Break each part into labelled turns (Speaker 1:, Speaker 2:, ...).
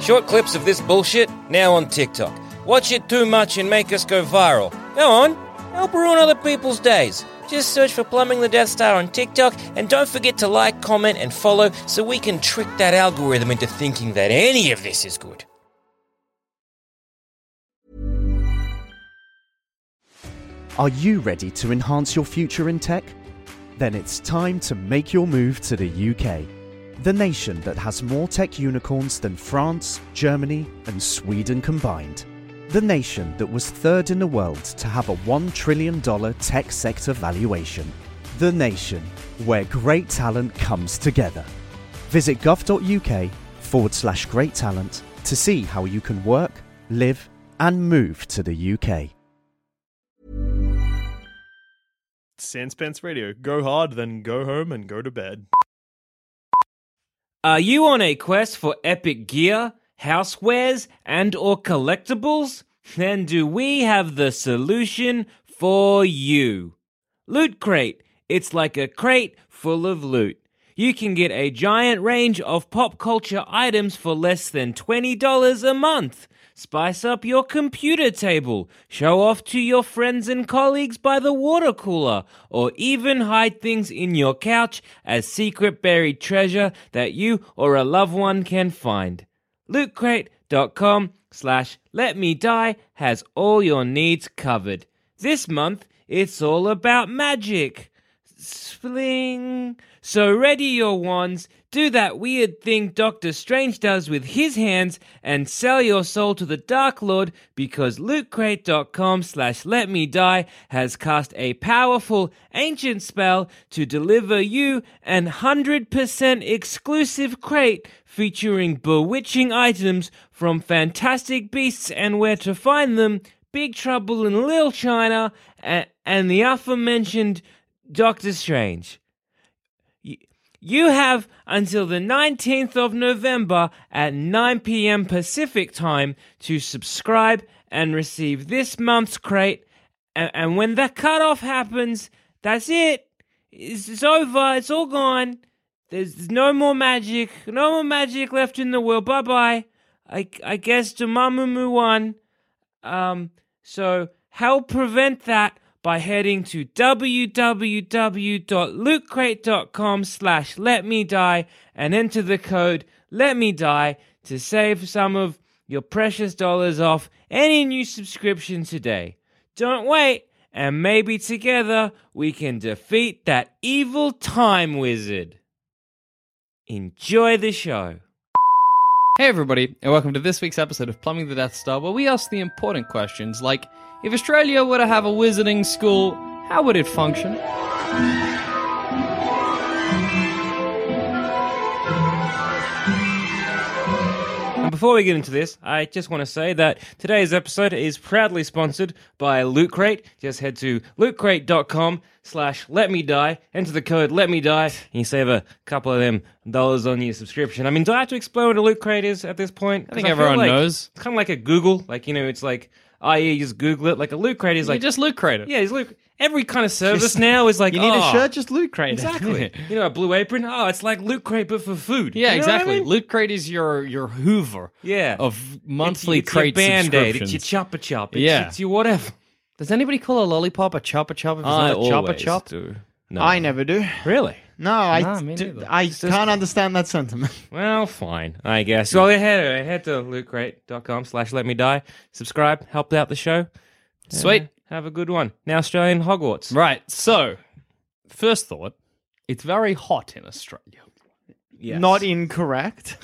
Speaker 1: Short clips of this bullshit now on TikTok. Watch it too much and make us go viral. Go on, help ruin other people's days. Just search for Plumbing the Death Star on TikTok and don't forget to like, comment, and follow so we can trick that algorithm into thinking that any of this is good.
Speaker 2: Are you ready to enhance your future in tech? Then it's time to make your move to the UK, the nation that has more tech unicorns than France, Germany, and Sweden combined. The nation that was third in the world to have a $1 trillion tech sector valuation. The nation where great talent comes together. Visit gov.uk forward slash great talent to see how you can work, live, and move to the UK.
Speaker 3: Sandspence Radio. Go hard, then go home and go to bed.
Speaker 1: Are you on a quest for epic gear, housewares, and or collectibles? Then do we have the solution for you? Loot Crate. It's like a crate full of loot. You can get a giant range of pop culture items for less than $20 a month. Spice up your computer table, show off to your friends and colleagues by the water cooler, or even hide things in your couch as secret buried treasure that you or a loved one can find. LootCrate.com slash let me die has all your needs covered. This month, it's all about magic. Spling. So ready your wands, do that weird thing Doctor Strange does with his hands, and sell your soul to the Dark Lord because lootcrate.com slash let me die has cast a powerful ancient spell to deliver you an 100% exclusive crate featuring bewitching items from fantastic beasts and where to find them, Big Trouble in Little China, and, and the aforementioned Doctor Strange. Y- You have until the 19th of November at 9 pm Pacific time to subscribe and receive this month's crate. And, and when that cutoff happens, that's it. It's, it's over. It's all gone. There's, there's no more magic. No more magic left in the world. Bye bye. I, I guess Damamumu won. Um, so help prevent that by heading to www.lootcrate.com slash let me die and enter the code let me die to save some of your precious dollars off any new subscription today. Don't wait, and maybe together we can defeat that evil time wizard. Enjoy the show.
Speaker 4: Hey, everybody, and welcome to this week's episode of Plumbing the Death Star, where we ask the important questions like if Australia were to have a wizarding school, how would it function?
Speaker 1: And before we get into this, I just want to say that today's episode is proudly sponsored by Loot Crate. Just head to lootcrate.com slash let me die, enter the code let me die, and you save a couple of them dollars on your subscription. I mean, do I have to explain what a Loot Crate is at this point?
Speaker 4: I think
Speaker 1: 'Cause feel
Speaker 4: everyone
Speaker 1: like
Speaker 4: knows.
Speaker 1: It's kind of like a Google, like, you know, it's like, oh yeah, you just Google it. Like a Loot Crate is like,
Speaker 4: you just loot Ah. crate it.
Speaker 1: yeah, it's Loot Every kind of service now is like,
Speaker 3: You need
Speaker 1: "Oh,
Speaker 3: a shirt, just loot crate.
Speaker 1: Exactly. you know, a blue apron. Oh, it's like Loot Crate, but for food.
Speaker 4: Yeah,
Speaker 1: You know what I
Speaker 4: exactly.
Speaker 1: mean?
Speaker 4: Loot crate is your your Hoover
Speaker 1: Yeah.
Speaker 4: of monthly
Speaker 1: it's
Speaker 4: crate
Speaker 1: your band-aid it's
Speaker 4: subscriptions.
Speaker 1: your chopper chop it's,
Speaker 4: Yeah.
Speaker 1: it's your whatever
Speaker 4: Does anybody call a lollipop a chopper chop if it's not a chopper chop?
Speaker 1: do no
Speaker 3: I never do.
Speaker 1: really
Speaker 3: No, Oh, I
Speaker 4: Nah, me
Speaker 3: d-
Speaker 4: neither.
Speaker 3: I can't understand that sentiment.
Speaker 1: well fine i guess so I head, I uh, head to lootcrate.com slash let me die subscribe help out the show uh,
Speaker 4: Sweet.
Speaker 1: have a good one now australian hogwarts
Speaker 4: Right. So, first thought, it's very hot in Australia. e-
Speaker 3: Not incorrect.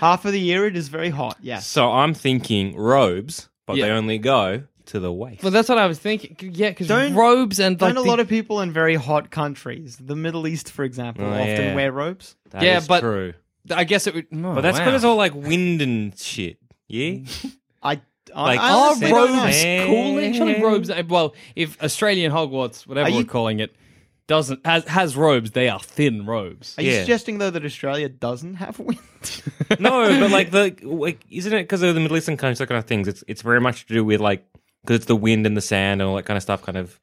Speaker 3: Half of the year it is very hot. Yes.
Speaker 1: so i'm thinking robes but
Speaker 4: Yeah.
Speaker 1: they only go to the waist
Speaker 4: Well, that's what I was thinking. Yeah, because
Speaker 3: Don't-
Speaker 4: robes and like
Speaker 3: Don't a
Speaker 4: the-
Speaker 3: lot of people in very hot countries, the Middle East, for example,
Speaker 1: Oh,
Speaker 3: often
Speaker 1: yeah.
Speaker 3: wear robes?
Speaker 1: That
Speaker 4: yeah,
Speaker 1: is
Speaker 4: but-
Speaker 1: true
Speaker 4: I guess it would. Oh,
Speaker 1: but that's
Speaker 4: wow.
Speaker 1: because it's all like wind and shit yeah
Speaker 3: I, I,
Speaker 1: Like,
Speaker 3: I
Speaker 1: are
Speaker 4: Are
Speaker 3: honestly
Speaker 1: They
Speaker 3: don't
Speaker 1: robes-
Speaker 3: know.
Speaker 4: robes cool? Actually,
Speaker 1: Yeah.
Speaker 4: robes. eh, Well, if Australian Hogwarts, whatever
Speaker 3: Are
Speaker 4: we're
Speaker 3: you-
Speaker 4: calling it, doesn't has has robes, they are thin robes.
Speaker 3: Are you
Speaker 1: Yeah.
Speaker 3: suggesting though that Australia doesn't have wind?
Speaker 1: No, but like the like, isn't it because of the Middle Eastern countries, that kind of things? It's it's very much to do with like because it's the wind and the sand and all that kind of stuff, kind of,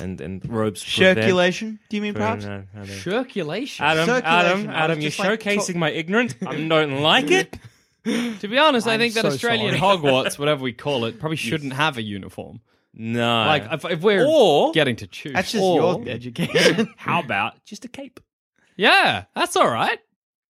Speaker 1: and and robes. prevent-
Speaker 3: Circulation? Do you mean
Speaker 1: prevent-
Speaker 3: perhaps?
Speaker 1: no, no, no.
Speaker 4: Circulation.
Speaker 1: Adam, Adam,
Speaker 3: Circulation. I was
Speaker 1: Adam, you're
Speaker 3: just, like,
Speaker 1: showcasing
Speaker 3: talk-
Speaker 1: my ignorance. I don't like it.
Speaker 4: To be honest, i
Speaker 5: I'm
Speaker 4: think that
Speaker 5: so
Speaker 4: Australian Hogwarts, whatever we call it, probably shouldn't have a uniform.
Speaker 1: No.
Speaker 4: Like if, if we're
Speaker 1: Or-
Speaker 4: getting to choose,
Speaker 3: That's just
Speaker 1: Or-
Speaker 3: your education.
Speaker 1: how about just a cape?
Speaker 4: yeah, that's all right.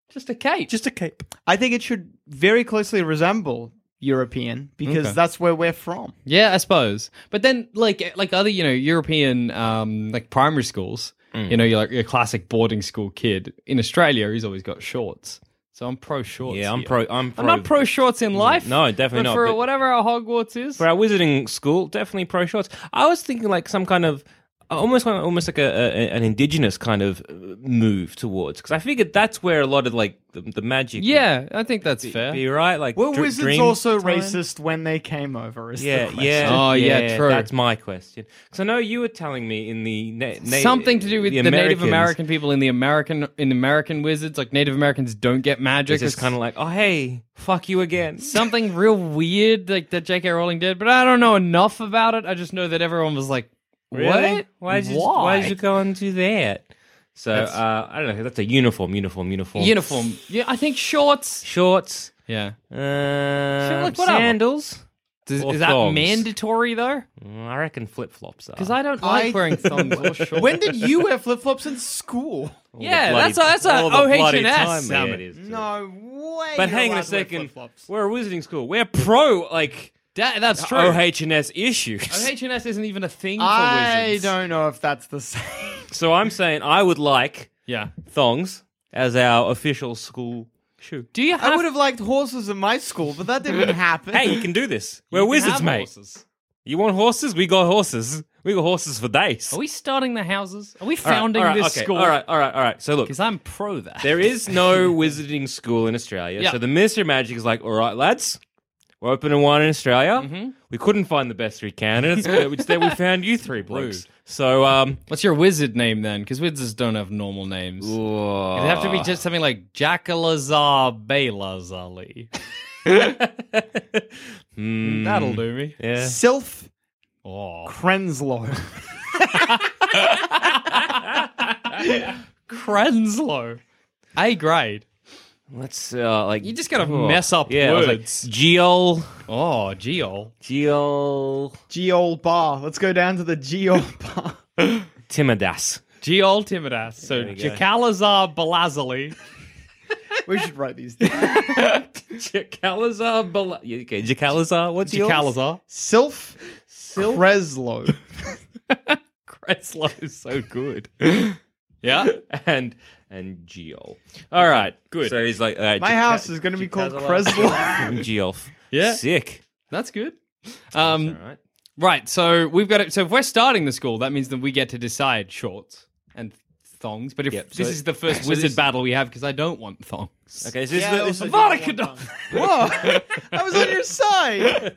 Speaker 4: Just a cape.
Speaker 5: Just a cape.
Speaker 3: I think it should very closely resemble European because
Speaker 4: Okay.
Speaker 3: that's where we're from.
Speaker 4: Yeah, I suppose. But then, like, eh, like other, you know, European, um, like primary schools,
Speaker 1: Mm.
Speaker 4: you know, you're like your classic boarding school kid in Australia. He's always got shorts, so I'm pro shorts.
Speaker 1: Yeah, I'm
Speaker 4: here.
Speaker 1: pro. I'm pro.
Speaker 4: I'm not pro shorts in life.
Speaker 1: No, definitely
Speaker 4: but
Speaker 1: not,
Speaker 4: For
Speaker 1: but-
Speaker 4: whatever our Hogwarts is,
Speaker 1: for our wizarding school. Definitely pro shorts. I was thinking like some kind of uh, almost kind of- almost like a, a an indigenous kind of uh, move towards because I figured that's where a lot of like the, the magic.
Speaker 4: yeah, I think that's fair.
Speaker 1: would be right. Like
Speaker 3: Were
Speaker 1: dr-
Speaker 3: wizards
Speaker 1: dream
Speaker 3: also
Speaker 1: time?
Speaker 3: racist when they came over? Is the
Speaker 1: Yeah,
Speaker 3: question.
Speaker 1: yeah,
Speaker 4: Oh, yeah, true.
Speaker 1: That's my question. Because I know you were telling me in the na- na-
Speaker 4: Something to do with the, Native
Speaker 1: Americans,
Speaker 4: American people in the American in American wizards, like Native Americans don't get magic.
Speaker 1: It's just
Speaker 4: It's
Speaker 1: kind of like, oh hey, fuck you again.
Speaker 4: something real weird like that J.K. Rowling did, but I don't know enough about it. I just know that everyone was like, "What?
Speaker 1: Really? Why did you, why?
Speaker 4: Why?"
Speaker 1: did you go and do that? So uh, I don't know. That's a uniform, uniform, uniform,
Speaker 4: uniform?" Yeah, I think shorts.
Speaker 1: shorts,
Speaker 4: Yeah,
Speaker 1: uh,
Speaker 4: like, whatever.
Speaker 1: sandals.
Speaker 4: Does-
Speaker 1: Or
Speaker 4: is that
Speaker 1: thongs.
Speaker 4: mandatory though?
Speaker 1: Mm, I reckon flip flops are.
Speaker 4: Because I don't like
Speaker 3: I-
Speaker 4: wearing thongs or shorts.
Speaker 3: When did you wear flip flops in school?
Speaker 1: All the
Speaker 4: yeah,
Speaker 1: bloody-
Speaker 4: that's a that's a
Speaker 1: all the bloody time,
Speaker 4: OHS
Speaker 1: yeah, it
Speaker 4: summit.
Speaker 1: is.
Speaker 3: No way.
Speaker 1: But
Speaker 3: you're
Speaker 1: hang on a
Speaker 3: allowed to wear
Speaker 1: second.
Speaker 3: flip-flops.
Speaker 1: We're a wizarding school. We're pro like
Speaker 4: That- that's
Speaker 1: Uh,
Speaker 4: true.
Speaker 1: OHS issues.
Speaker 4: OHS isn't even a thing for
Speaker 3: I
Speaker 4: wizards.
Speaker 3: don't know if that's the same.
Speaker 1: So I'm saying I would like
Speaker 4: Yeah.
Speaker 1: thongs as our official school shoe.
Speaker 4: Do you have?
Speaker 3: I would have liked horses in my school, but that didn't happen.
Speaker 1: Hey, you can do this. We're
Speaker 4: you
Speaker 1: wizards,
Speaker 4: have
Speaker 1: mate.
Speaker 4: horses?
Speaker 1: You want horses? We got horses. We got horses for days.
Speaker 4: Are we starting the houses? Are
Speaker 1: All
Speaker 4: we
Speaker 1: right,
Speaker 4: founding
Speaker 1: all right,
Speaker 4: this
Speaker 1: okay,
Speaker 4: school?
Speaker 1: All right, all right, all right. So look,
Speaker 4: Because I'm pro that.
Speaker 1: There is no wizarding school in Australia.
Speaker 4: Yeah.
Speaker 1: So the Minister of Magic is like, all right, lads, we're opening one in Australia.
Speaker 4: Mm-hmm.
Speaker 1: We couldn't find the best three candidates, but instead we found you three blokes. So, um,
Speaker 4: What's your wizard name then? Because wizards don't have normal names. It'd have to be just something like Jackalazar Baylazali.
Speaker 1: hmm,
Speaker 4: That'll do me.
Speaker 1: Yeah.
Speaker 3: Sylph
Speaker 4: Oh.
Speaker 3: Crenslow.
Speaker 4: Crenslow. A grade.
Speaker 1: Let's, uh, like.
Speaker 4: You just gotta
Speaker 1: oh.
Speaker 4: mess up
Speaker 1: yeah, I was like,
Speaker 4: words.
Speaker 1: Geol.
Speaker 4: Oh, Geol.
Speaker 1: Geol.
Speaker 3: Geol Bar. Let's go down to the Geol Bar.
Speaker 1: Timidas.
Speaker 4: Geol Timidas. So
Speaker 1: There we go.
Speaker 4: Jackalazar Balazali.
Speaker 3: we should write these down.
Speaker 1: Jacalazar. Bala- yeah, okay, Jacalazar. What's yours?
Speaker 4: Jackalazar.
Speaker 3: Sylph Creslow.
Speaker 1: Crenslow is so good.
Speaker 4: Yeah.
Speaker 1: and and Geol. All right, good. So he's like, uh,
Speaker 3: My house is going to be called Creslow.
Speaker 1: Geolf.
Speaker 4: Yeah.
Speaker 1: sick.
Speaker 4: That's good. Um,
Speaker 1: All right.
Speaker 4: Right, so we've got it. So if we're starting the school, that means that we get to decide shorts and thongs. But if
Speaker 1: Yep,
Speaker 4: this
Speaker 1: so-
Speaker 4: is the first
Speaker 1: so
Speaker 4: wizard
Speaker 1: this-
Speaker 4: battle we have, because I don't want thongs.
Speaker 1: Okay, so this
Speaker 3: Yeah,
Speaker 1: is the,
Speaker 3: also-
Speaker 4: Vodka
Speaker 3: Whoa, I was on your side.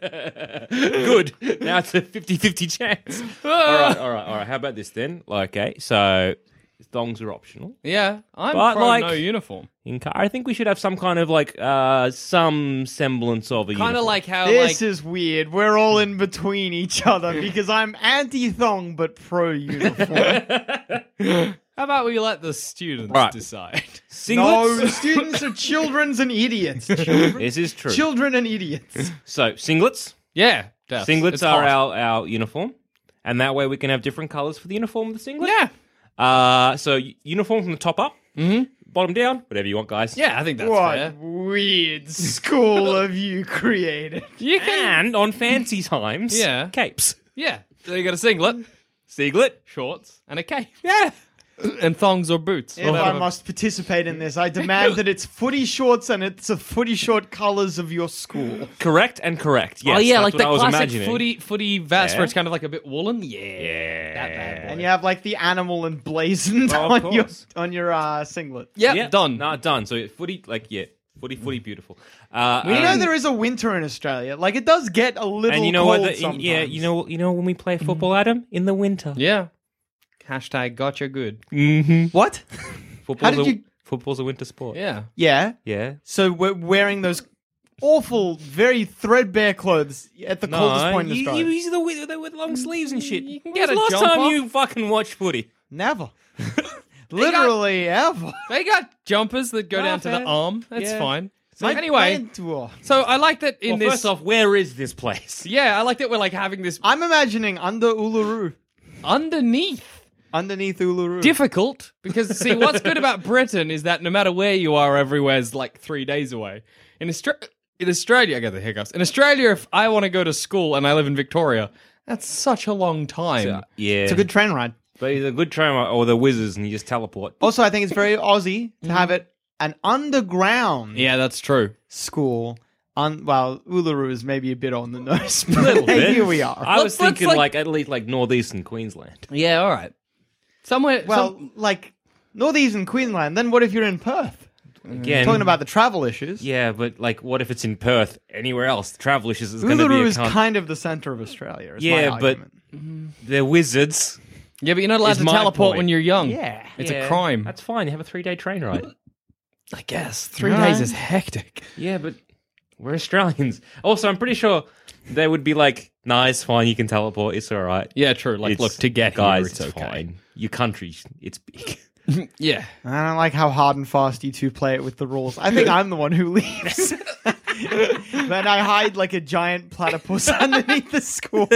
Speaker 1: good. Now it's a 50-50 chance. all right, all right, all right. How about this then? Like, Okay, so thongs are optional.
Speaker 4: Yeah, I'm
Speaker 1: But,
Speaker 4: pro
Speaker 1: like-
Speaker 4: no uniform.
Speaker 1: In car, I think we should have some kind of like uh some semblance of a
Speaker 4: Kind
Speaker 1: uniform.
Speaker 4: of like how
Speaker 3: This
Speaker 4: like
Speaker 3: is weird. We're all in between each other because I'm anti thong but pro uniform.
Speaker 4: how about we let the students
Speaker 1: Right.
Speaker 4: decide?
Speaker 3: no,
Speaker 1: singlets.
Speaker 3: students are children's and idiots. Children,
Speaker 1: This is true.
Speaker 3: children and idiots.
Speaker 1: so singlets.
Speaker 4: Yeah, death.
Speaker 1: Singlets
Speaker 4: It's
Speaker 1: are
Speaker 4: hot.
Speaker 1: our, our uniform, and that way we can have different colors for the uniform of the singlet.
Speaker 4: Yeah, Mm-hmm.
Speaker 1: Uh, so y- uniform from the top up, bottom down, whatever you want, guys.
Speaker 4: yeah. I think that's
Speaker 3: what
Speaker 4: fair.
Speaker 3: weird school have you created?
Speaker 4: You can.
Speaker 1: And on fancy times,
Speaker 4: Yeah.
Speaker 1: capes,
Speaker 4: Yeah. So you got a singlet,
Speaker 1: singlet.
Speaker 4: shorts, and a cape. Yeah, and thongs or boots.
Speaker 3: If I must participate in this, I demand that it's footy shorts and it's the footy short colours of your school.
Speaker 1: Correct and correct. Yes,
Speaker 4: oh yeah,
Speaker 1: that's
Speaker 4: like
Speaker 1: what
Speaker 4: the
Speaker 1: I was
Speaker 4: classic
Speaker 1: imagining.
Speaker 4: footy footy vest where
Speaker 1: Yeah.
Speaker 4: it's kind of like a bit woolen. Yeah, that bad boy.
Speaker 3: And you have like the animal emblazoned
Speaker 1: Oh, of
Speaker 3: on your
Speaker 1: course.
Speaker 3: on your uh, singlet.
Speaker 4: Yep,
Speaker 1: Yeah,
Speaker 4: done.
Speaker 1: Nah, done. So footy, like yeah, footy, footy, beautiful. Uh,
Speaker 3: You
Speaker 1: and-
Speaker 3: know there is a winter in Australia. Like it does get a little
Speaker 1: and you know
Speaker 3: cold
Speaker 1: what? the-
Speaker 3: sometimes.
Speaker 1: yeah, you know, you know when we play football, Adam, in the winter.
Speaker 4: Mm-hmm. Yeah. Hashtag gotcha good.
Speaker 1: Mm-hmm.
Speaker 3: what?
Speaker 1: Football's
Speaker 3: did
Speaker 1: a,
Speaker 3: you-
Speaker 1: Football's a winter sport.
Speaker 4: Yeah.
Speaker 3: Yeah.
Speaker 1: yeah.
Speaker 3: So we're wearing those awful, very threadbare clothes at the coldest point in
Speaker 1: Uh-huh. you,
Speaker 3: Australia.
Speaker 1: you, you see the with, the- with long sleeves and shit. You
Speaker 4: can get a
Speaker 1: last
Speaker 4: jumper.
Speaker 1: time you fucking watched footy.
Speaker 3: Never. Literally ever.
Speaker 4: They got jumpers that go down to
Speaker 1: fair.
Speaker 4: the arm. That's
Speaker 1: Yeah.
Speaker 4: fine. So anyway,
Speaker 3: I-
Speaker 4: so I like that in
Speaker 1: well,
Speaker 4: this.
Speaker 1: first off, where is this place?
Speaker 4: yeah, I like that we're like having this
Speaker 3: I'm imagining under Uluru,
Speaker 4: underneath.
Speaker 3: underneath Uluru.
Speaker 4: Difficult because see what's good about Britain is that no matter where you are, everywhere's like three days away. In Australia, in Australia, I got the hiccups. In Australia, if I want to go to school and I live in Victoria, that's such a long time.
Speaker 1: yeah.
Speaker 3: it's a good train ride.
Speaker 1: But he's a good trainer or the wizards and you just teleport.
Speaker 3: Also, I think it's very Aussie
Speaker 1: Mm-hmm.
Speaker 3: to have it an underground
Speaker 4: yeah, that's true.
Speaker 3: school. Un- well, Uluru is maybe a bit on the nose, but
Speaker 1: Little bit. Uh,
Speaker 3: here we are.
Speaker 1: I was
Speaker 4: Let's- let's,
Speaker 1: thinking
Speaker 4: like-
Speaker 1: like, at least like northeastern Queensland.
Speaker 4: Yeah, all right. Somewhere.
Speaker 3: well,
Speaker 4: some-
Speaker 3: like northeastern Queensland. Then what if you're in Perth?
Speaker 1: Again,
Speaker 3: Mm. Talking about the travel issues.
Speaker 1: yeah, but like, what if it's in Perth? Anywhere else, the travel issues is going to be
Speaker 3: Uluru
Speaker 1: a
Speaker 3: is
Speaker 1: cunt.
Speaker 3: kind of the center of Australia. Is
Speaker 1: Yeah,
Speaker 3: my
Speaker 1: but-
Speaker 3: argument.
Speaker 1: They're wizards.
Speaker 4: yeah, but you're not allowed
Speaker 1: is
Speaker 4: to
Speaker 1: my
Speaker 4: teleport
Speaker 1: point.
Speaker 4: when you're young.
Speaker 3: Yeah.
Speaker 4: it's a
Speaker 1: Yeah,
Speaker 4: crime.
Speaker 1: That's fine. You have a three-day train ride.
Speaker 4: I guess three
Speaker 3: Alright.
Speaker 4: days is hectic.
Speaker 1: yeah, but we're Australians. Also, I'm pretty sure they would be like, "Nice, fine. You can teleport. It's all right."
Speaker 4: Yeah, true. Like,
Speaker 1: It's-
Speaker 4: look to get
Speaker 1: guys,
Speaker 4: here, it's, okay.
Speaker 1: fine. Your country, it's big.
Speaker 4: Yeah,
Speaker 3: I don't like how hard and fast you two play it with the rules. I think I'm the one who leaves. then I hide like a giant platypus underneath the school.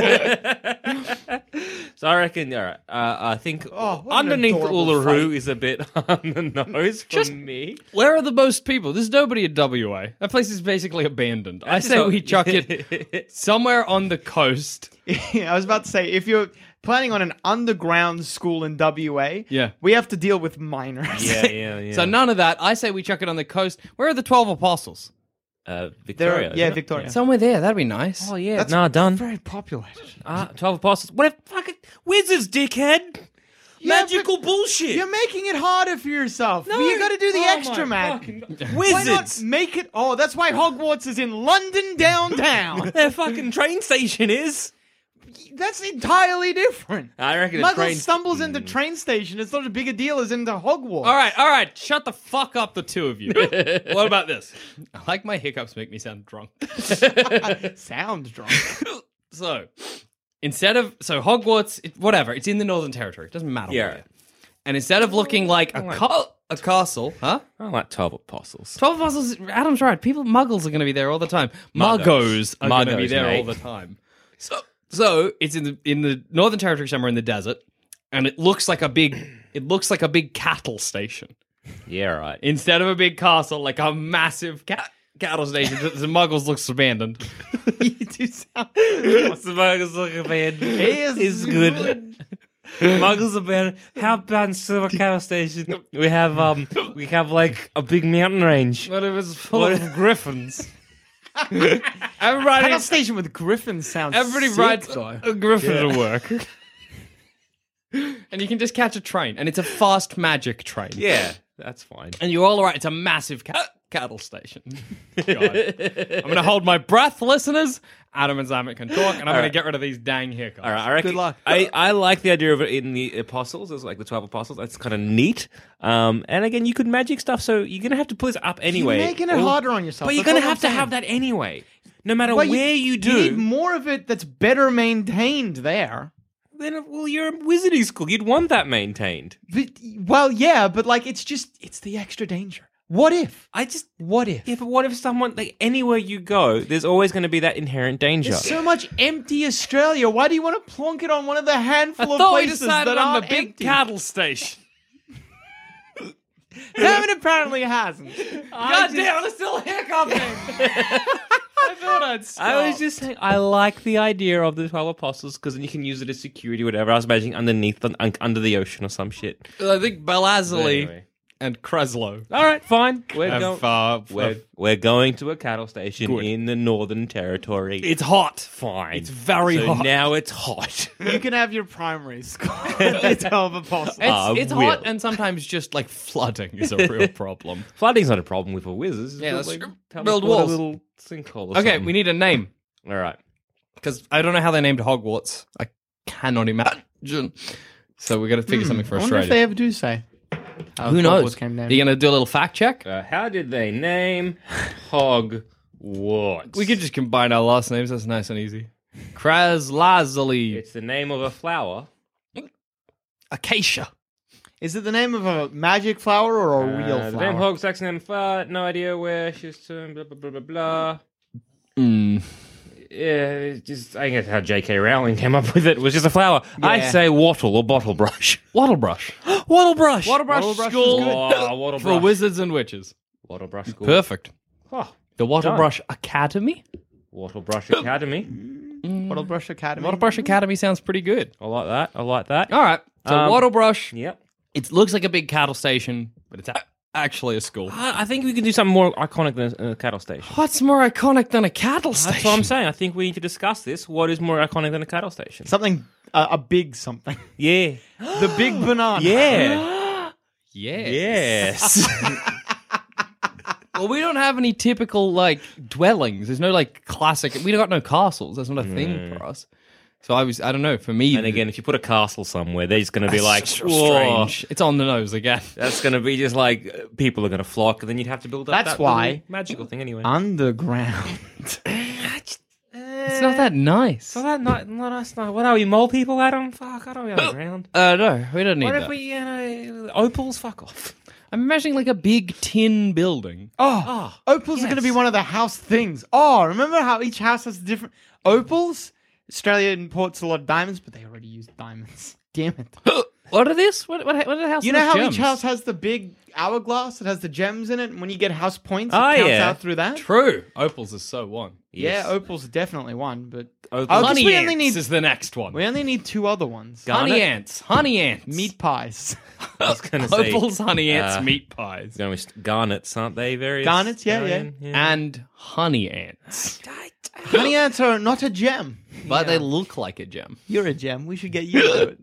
Speaker 1: So I reckon, all right. Uh, I think
Speaker 3: Oh, what an
Speaker 1: underneath
Speaker 3: adorable
Speaker 1: Uluru is a bit on the nose for
Speaker 4: Just-
Speaker 1: me.
Speaker 4: where are the most people? There's nobody at WA. That place is basically abandoned. I say we chuck it somewhere on the coast.
Speaker 3: I was about to say, if you're planning on an underground school in WA,
Speaker 4: Yeah.
Speaker 3: we have to deal with minors.
Speaker 1: yeah, yeah, yeah.
Speaker 4: So none of that. I say we chuck it on the coast. Where are the twelve apostles?
Speaker 1: uh,
Speaker 3: There
Speaker 1: Victoria.
Speaker 3: are, yeah,
Speaker 1: isn't it?
Speaker 3: Victoria.
Speaker 4: Somewhere there. That'd be nice.
Speaker 1: Oh yeah, nah, done.
Speaker 3: very populated.
Speaker 1: Ah, Twelve apostles. What if fucking wizards, dickhead?
Speaker 3: Yeah,
Speaker 1: Magical bullshit.
Speaker 3: You're making it harder for yourself.
Speaker 1: No.
Speaker 3: You got to do the
Speaker 1: Oh my
Speaker 3: extra, man.
Speaker 1: fucking God.
Speaker 3: Why not
Speaker 1: Wizards.
Speaker 3: make it? Oh, that's why Hogwarts is in London downtown.
Speaker 1: Their fucking train station is.
Speaker 3: that's entirely different.
Speaker 1: I reckon a
Speaker 3: Muggles
Speaker 1: train
Speaker 3: stumbles into train station. It's not as big a deal as into Hogwarts.
Speaker 4: Hmm. All right, all right. Shut the fuck up, the two of you. what about this? I like my hiccups make me sound drunk.
Speaker 3: Sounds drunk.
Speaker 4: So instead of so Hogwarts, it, whatever, it's in the Northern Territory. It doesn't matter.
Speaker 1: Yeah.
Speaker 4: where. And instead of looking
Speaker 1: Oh,
Speaker 4: like a ca- a castle, huh?
Speaker 1: I like twelve apostles.
Speaker 4: Twelve Apostles. Adam's right. People, Muggles are going to be there all the time.
Speaker 1: Muggos.
Speaker 4: Muggos, are going to
Speaker 1: Muggos,
Speaker 4: be there
Speaker 1: mate.
Speaker 4: all the time. So, so it's in the in the Northern Territory somewhere in the desert, and it looks like a big. It looks like a big cattle station
Speaker 1: Yeah, right.
Speaker 4: instead of a big castle, like a massive cat. Cattle station. The Muggles looks abandoned.
Speaker 3: you do sound.
Speaker 1: What's the Muggles looking bad?
Speaker 3: Yes.
Speaker 1: Is good. Muggles are bad. How about in Silver Cattle Station? We have um, we have like a big mountain range.
Speaker 4: But it was full
Speaker 1: What
Speaker 4: of griffins. Everybody
Speaker 3: Cattle station with griffins sounds.
Speaker 4: Everybody
Speaker 3: sick,
Speaker 4: rides
Speaker 3: though.
Speaker 4: a griffin to work. and you can just catch a train, and it's a fast magic train.
Speaker 1: Yeah, that's fine.
Speaker 4: And you're all right. It's a massive ca- cattle station. God. I'm going to hold my breath, listeners. Adam and Zamet can talk, and I'm going to get rid of these dang hiccups.
Speaker 1: All right, I reckon.
Speaker 3: Good luck.
Speaker 1: I, I like the idea of it in the apostles, as like the twelve apostles. That's kind of neat. Um, and again, you could magic stuff, so you're gonna have to pull this up anyway.
Speaker 3: You're making it
Speaker 1: Or-
Speaker 3: harder on yourself.
Speaker 1: But you're
Speaker 3: That's
Speaker 1: gonna
Speaker 3: all I'm
Speaker 1: have to
Speaker 3: saying.
Speaker 1: have that anyway, no matter
Speaker 3: Well,
Speaker 1: where you, do.
Speaker 3: need more of it that's better maintained there.
Speaker 1: then, well, you're a wizarding school. You'd want that maintained.
Speaker 3: But, well, yeah, but like it's just it's the extra danger. What if?
Speaker 1: I just
Speaker 3: What if?
Speaker 1: yeah, but what if someone like anywhere you go, there's always going to be that inherent danger.
Speaker 3: There's so much empty Australia. Why do you want to plonk it on one of the handful
Speaker 4: I
Speaker 3: of
Speaker 4: thought we
Speaker 3: places
Speaker 4: decided
Speaker 3: that
Speaker 4: on
Speaker 3: aren't
Speaker 4: the big
Speaker 3: empty?
Speaker 4: cattle station.
Speaker 3: Herman apparently hasn't.
Speaker 4: God damn, I'm still hiccuping. I thought I'd stop.
Speaker 1: I was just saying, I like the idea of the twelve apostles because then you can use it as security, whatever. I was imagining underneath, the, un- under the ocean or some shit.
Speaker 4: I think Belazoli
Speaker 1: Anyway.
Speaker 4: and Kreslow
Speaker 1: All right, fine. We're
Speaker 4: have
Speaker 1: going.
Speaker 4: uh,
Speaker 1: We're,
Speaker 4: have-
Speaker 1: we're going to a cattle station in the Northern Territory.
Speaker 4: It's hot.
Speaker 1: fine. It's
Speaker 4: very
Speaker 1: so
Speaker 4: hot.
Speaker 1: Now it's hot.
Speaker 3: You can have your primary school. the Twelve Apostles.
Speaker 4: It's,
Speaker 1: I
Speaker 4: it's hot
Speaker 1: will.
Speaker 4: and sometimes just like flooding is a real problem.
Speaker 1: Flooding's not a problem with a wizard.
Speaker 4: Yeah, that's
Speaker 1: like,
Speaker 4: true.
Speaker 1: teleport
Speaker 4: Build
Speaker 1: a
Speaker 4: walls.
Speaker 1: little sinkhole. Or
Speaker 4: okay,
Speaker 1: something.
Speaker 4: we need a name
Speaker 1: All right.
Speaker 4: because I don't know how they named Hogwarts. I cannot imagine. So we got to figure something for
Speaker 3: I wonder if
Speaker 4: Australia.
Speaker 3: they ever do say.
Speaker 4: Who knows?
Speaker 3: Came
Speaker 4: Are
Speaker 3: down.
Speaker 4: you going to do a little fact check?
Speaker 1: Uh, how did they name Hogwarts?
Speaker 4: We could just combine our last names. That's nice and easy. Kraslazuli.
Speaker 1: It's the name of a flower.
Speaker 4: Acacia.
Speaker 3: Is it the name of a magic flower or a real
Speaker 1: Uh, the damn
Speaker 3: flower?
Speaker 1: Hulk sucks and fart. No idea where she's from. Blah blah blah blah blah.
Speaker 4: Mm.
Speaker 1: Yeah, it's just I guess how J.K. Rowling came up with it was just a flower. I
Speaker 3: Yeah.
Speaker 1: say wattle or bottle brush.
Speaker 4: Wattle brush.
Speaker 1: wattle brush.
Speaker 4: Wattle brush
Speaker 3: Wattle brush is
Speaker 4: school
Speaker 3: good.
Speaker 1: Oh, wattle
Speaker 4: for
Speaker 1: brush.
Speaker 4: wizards and witches.
Speaker 1: wattle brush school.
Speaker 4: Perfect.
Speaker 1: Oh,
Speaker 4: The Wattle
Speaker 1: Done.
Speaker 4: Brush Academy.
Speaker 1: wattle brush academy.
Speaker 3: Wattle Brush Academy.
Speaker 4: Wattle Brush Academy sounds pretty good.
Speaker 1: I like that. I like that.
Speaker 4: All right. So
Speaker 1: Um,
Speaker 4: Wattle Brush.
Speaker 1: Yep.
Speaker 4: Oh. It looks like a big cattle station, but it's a- actually a school.
Speaker 1: I, I think we can do something more iconic than a cattle station.
Speaker 4: What's more iconic than a cattle station?
Speaker 1: That's what I'm saying. I think we need to discuss this. What is more iconic than a cattle station?
Speaker 3: Something, uh, a big something.
Speaker 1: Yeah.
Speaker 3: the big banana.
Speaker 1: Yeah.
Speaker 4: Yeah.
Speaker 1: yes.
Speaker 4: Well, we don't have any typical like dwellings. There's no like classic. We got no castles. That's not a thing for us. So I was. I don't know. For me,
Speaker 1: and again, if you put a castle somewhere, they're just going to be like,
Speaker 4: it's
Speaker 1: "Whoa."
Speaker 4: strange. It's on the nose again.
Speaker 1: That's going to be just like uh, people are going to flock, and then you'd have to build up.
Speaker 3: That's
Speaker 1: that little
Speaker 3: why-
Speaker 1: magical thing anyway.
Speaker 3: Underground.
Speaker 4: It's not that nice.
Speaker 1: So that not not us. Not, what are we mole people, Adam? Fuck, I don't be underground.
Speaker 4: Uh, no, we don't need
Speaker 1: What
Speaker 4: that.
Speaker 1: if we you know opals? Fuck off.
Speaker 4: I'm imagining like a big tin building.
Speaker 3: Oh, opals are going to be
Speaker 1: yes.
Speaker 3: one of the house things. Oh, remember how each house has different opals? Australia imports a lot of diamonds, but they already use diamonds. Damn it!
Speaker 4: What are this? What what, what are the house?
Speaker 3: you know how
Speaker 4: gems?
Speaker 3: each house has the big hourglass that has the gems in it, and when you get house points, it
Speaker 1: Oh,
Speaker 3: counts
Speaker 1: yeah.
Speaker 3: out through that.
Speaker 4: True. Opals is so one.
Speaker 1: Yes.
Speaker 3: Yeah, opals are definitely one, but
Speaker 1: Opals.
Speaker 3: I guess
Speaker 4: Honey
Speaker 3: we
Speaker 4: ants
Speaker 3: only need
Speaker 4: is the next one.
Speaker 3: we only need two other ones.
Speaker 1: Got
Speaker 4: honey
Speaker 1: Garnet?
Speaker 4: ants. Honey ants.
Speaker 3: Meat pies,
Speaker 1: I was going to say
Speaker 4: opals. Honey ants.
Speaker 1: uh,
Speaker 4: meat pies.
Speaker 1: Going with garnets, aren't they? Various
Speaker 3: Garnets, yeah, yeah.
Speaker 1: alien?
Speaker 4: And honey ants.
Speaker 3: honey ants are not a gem.
Speaker 4: But they look like a gem.
Speaker 3: You're a gem. We should get you to it.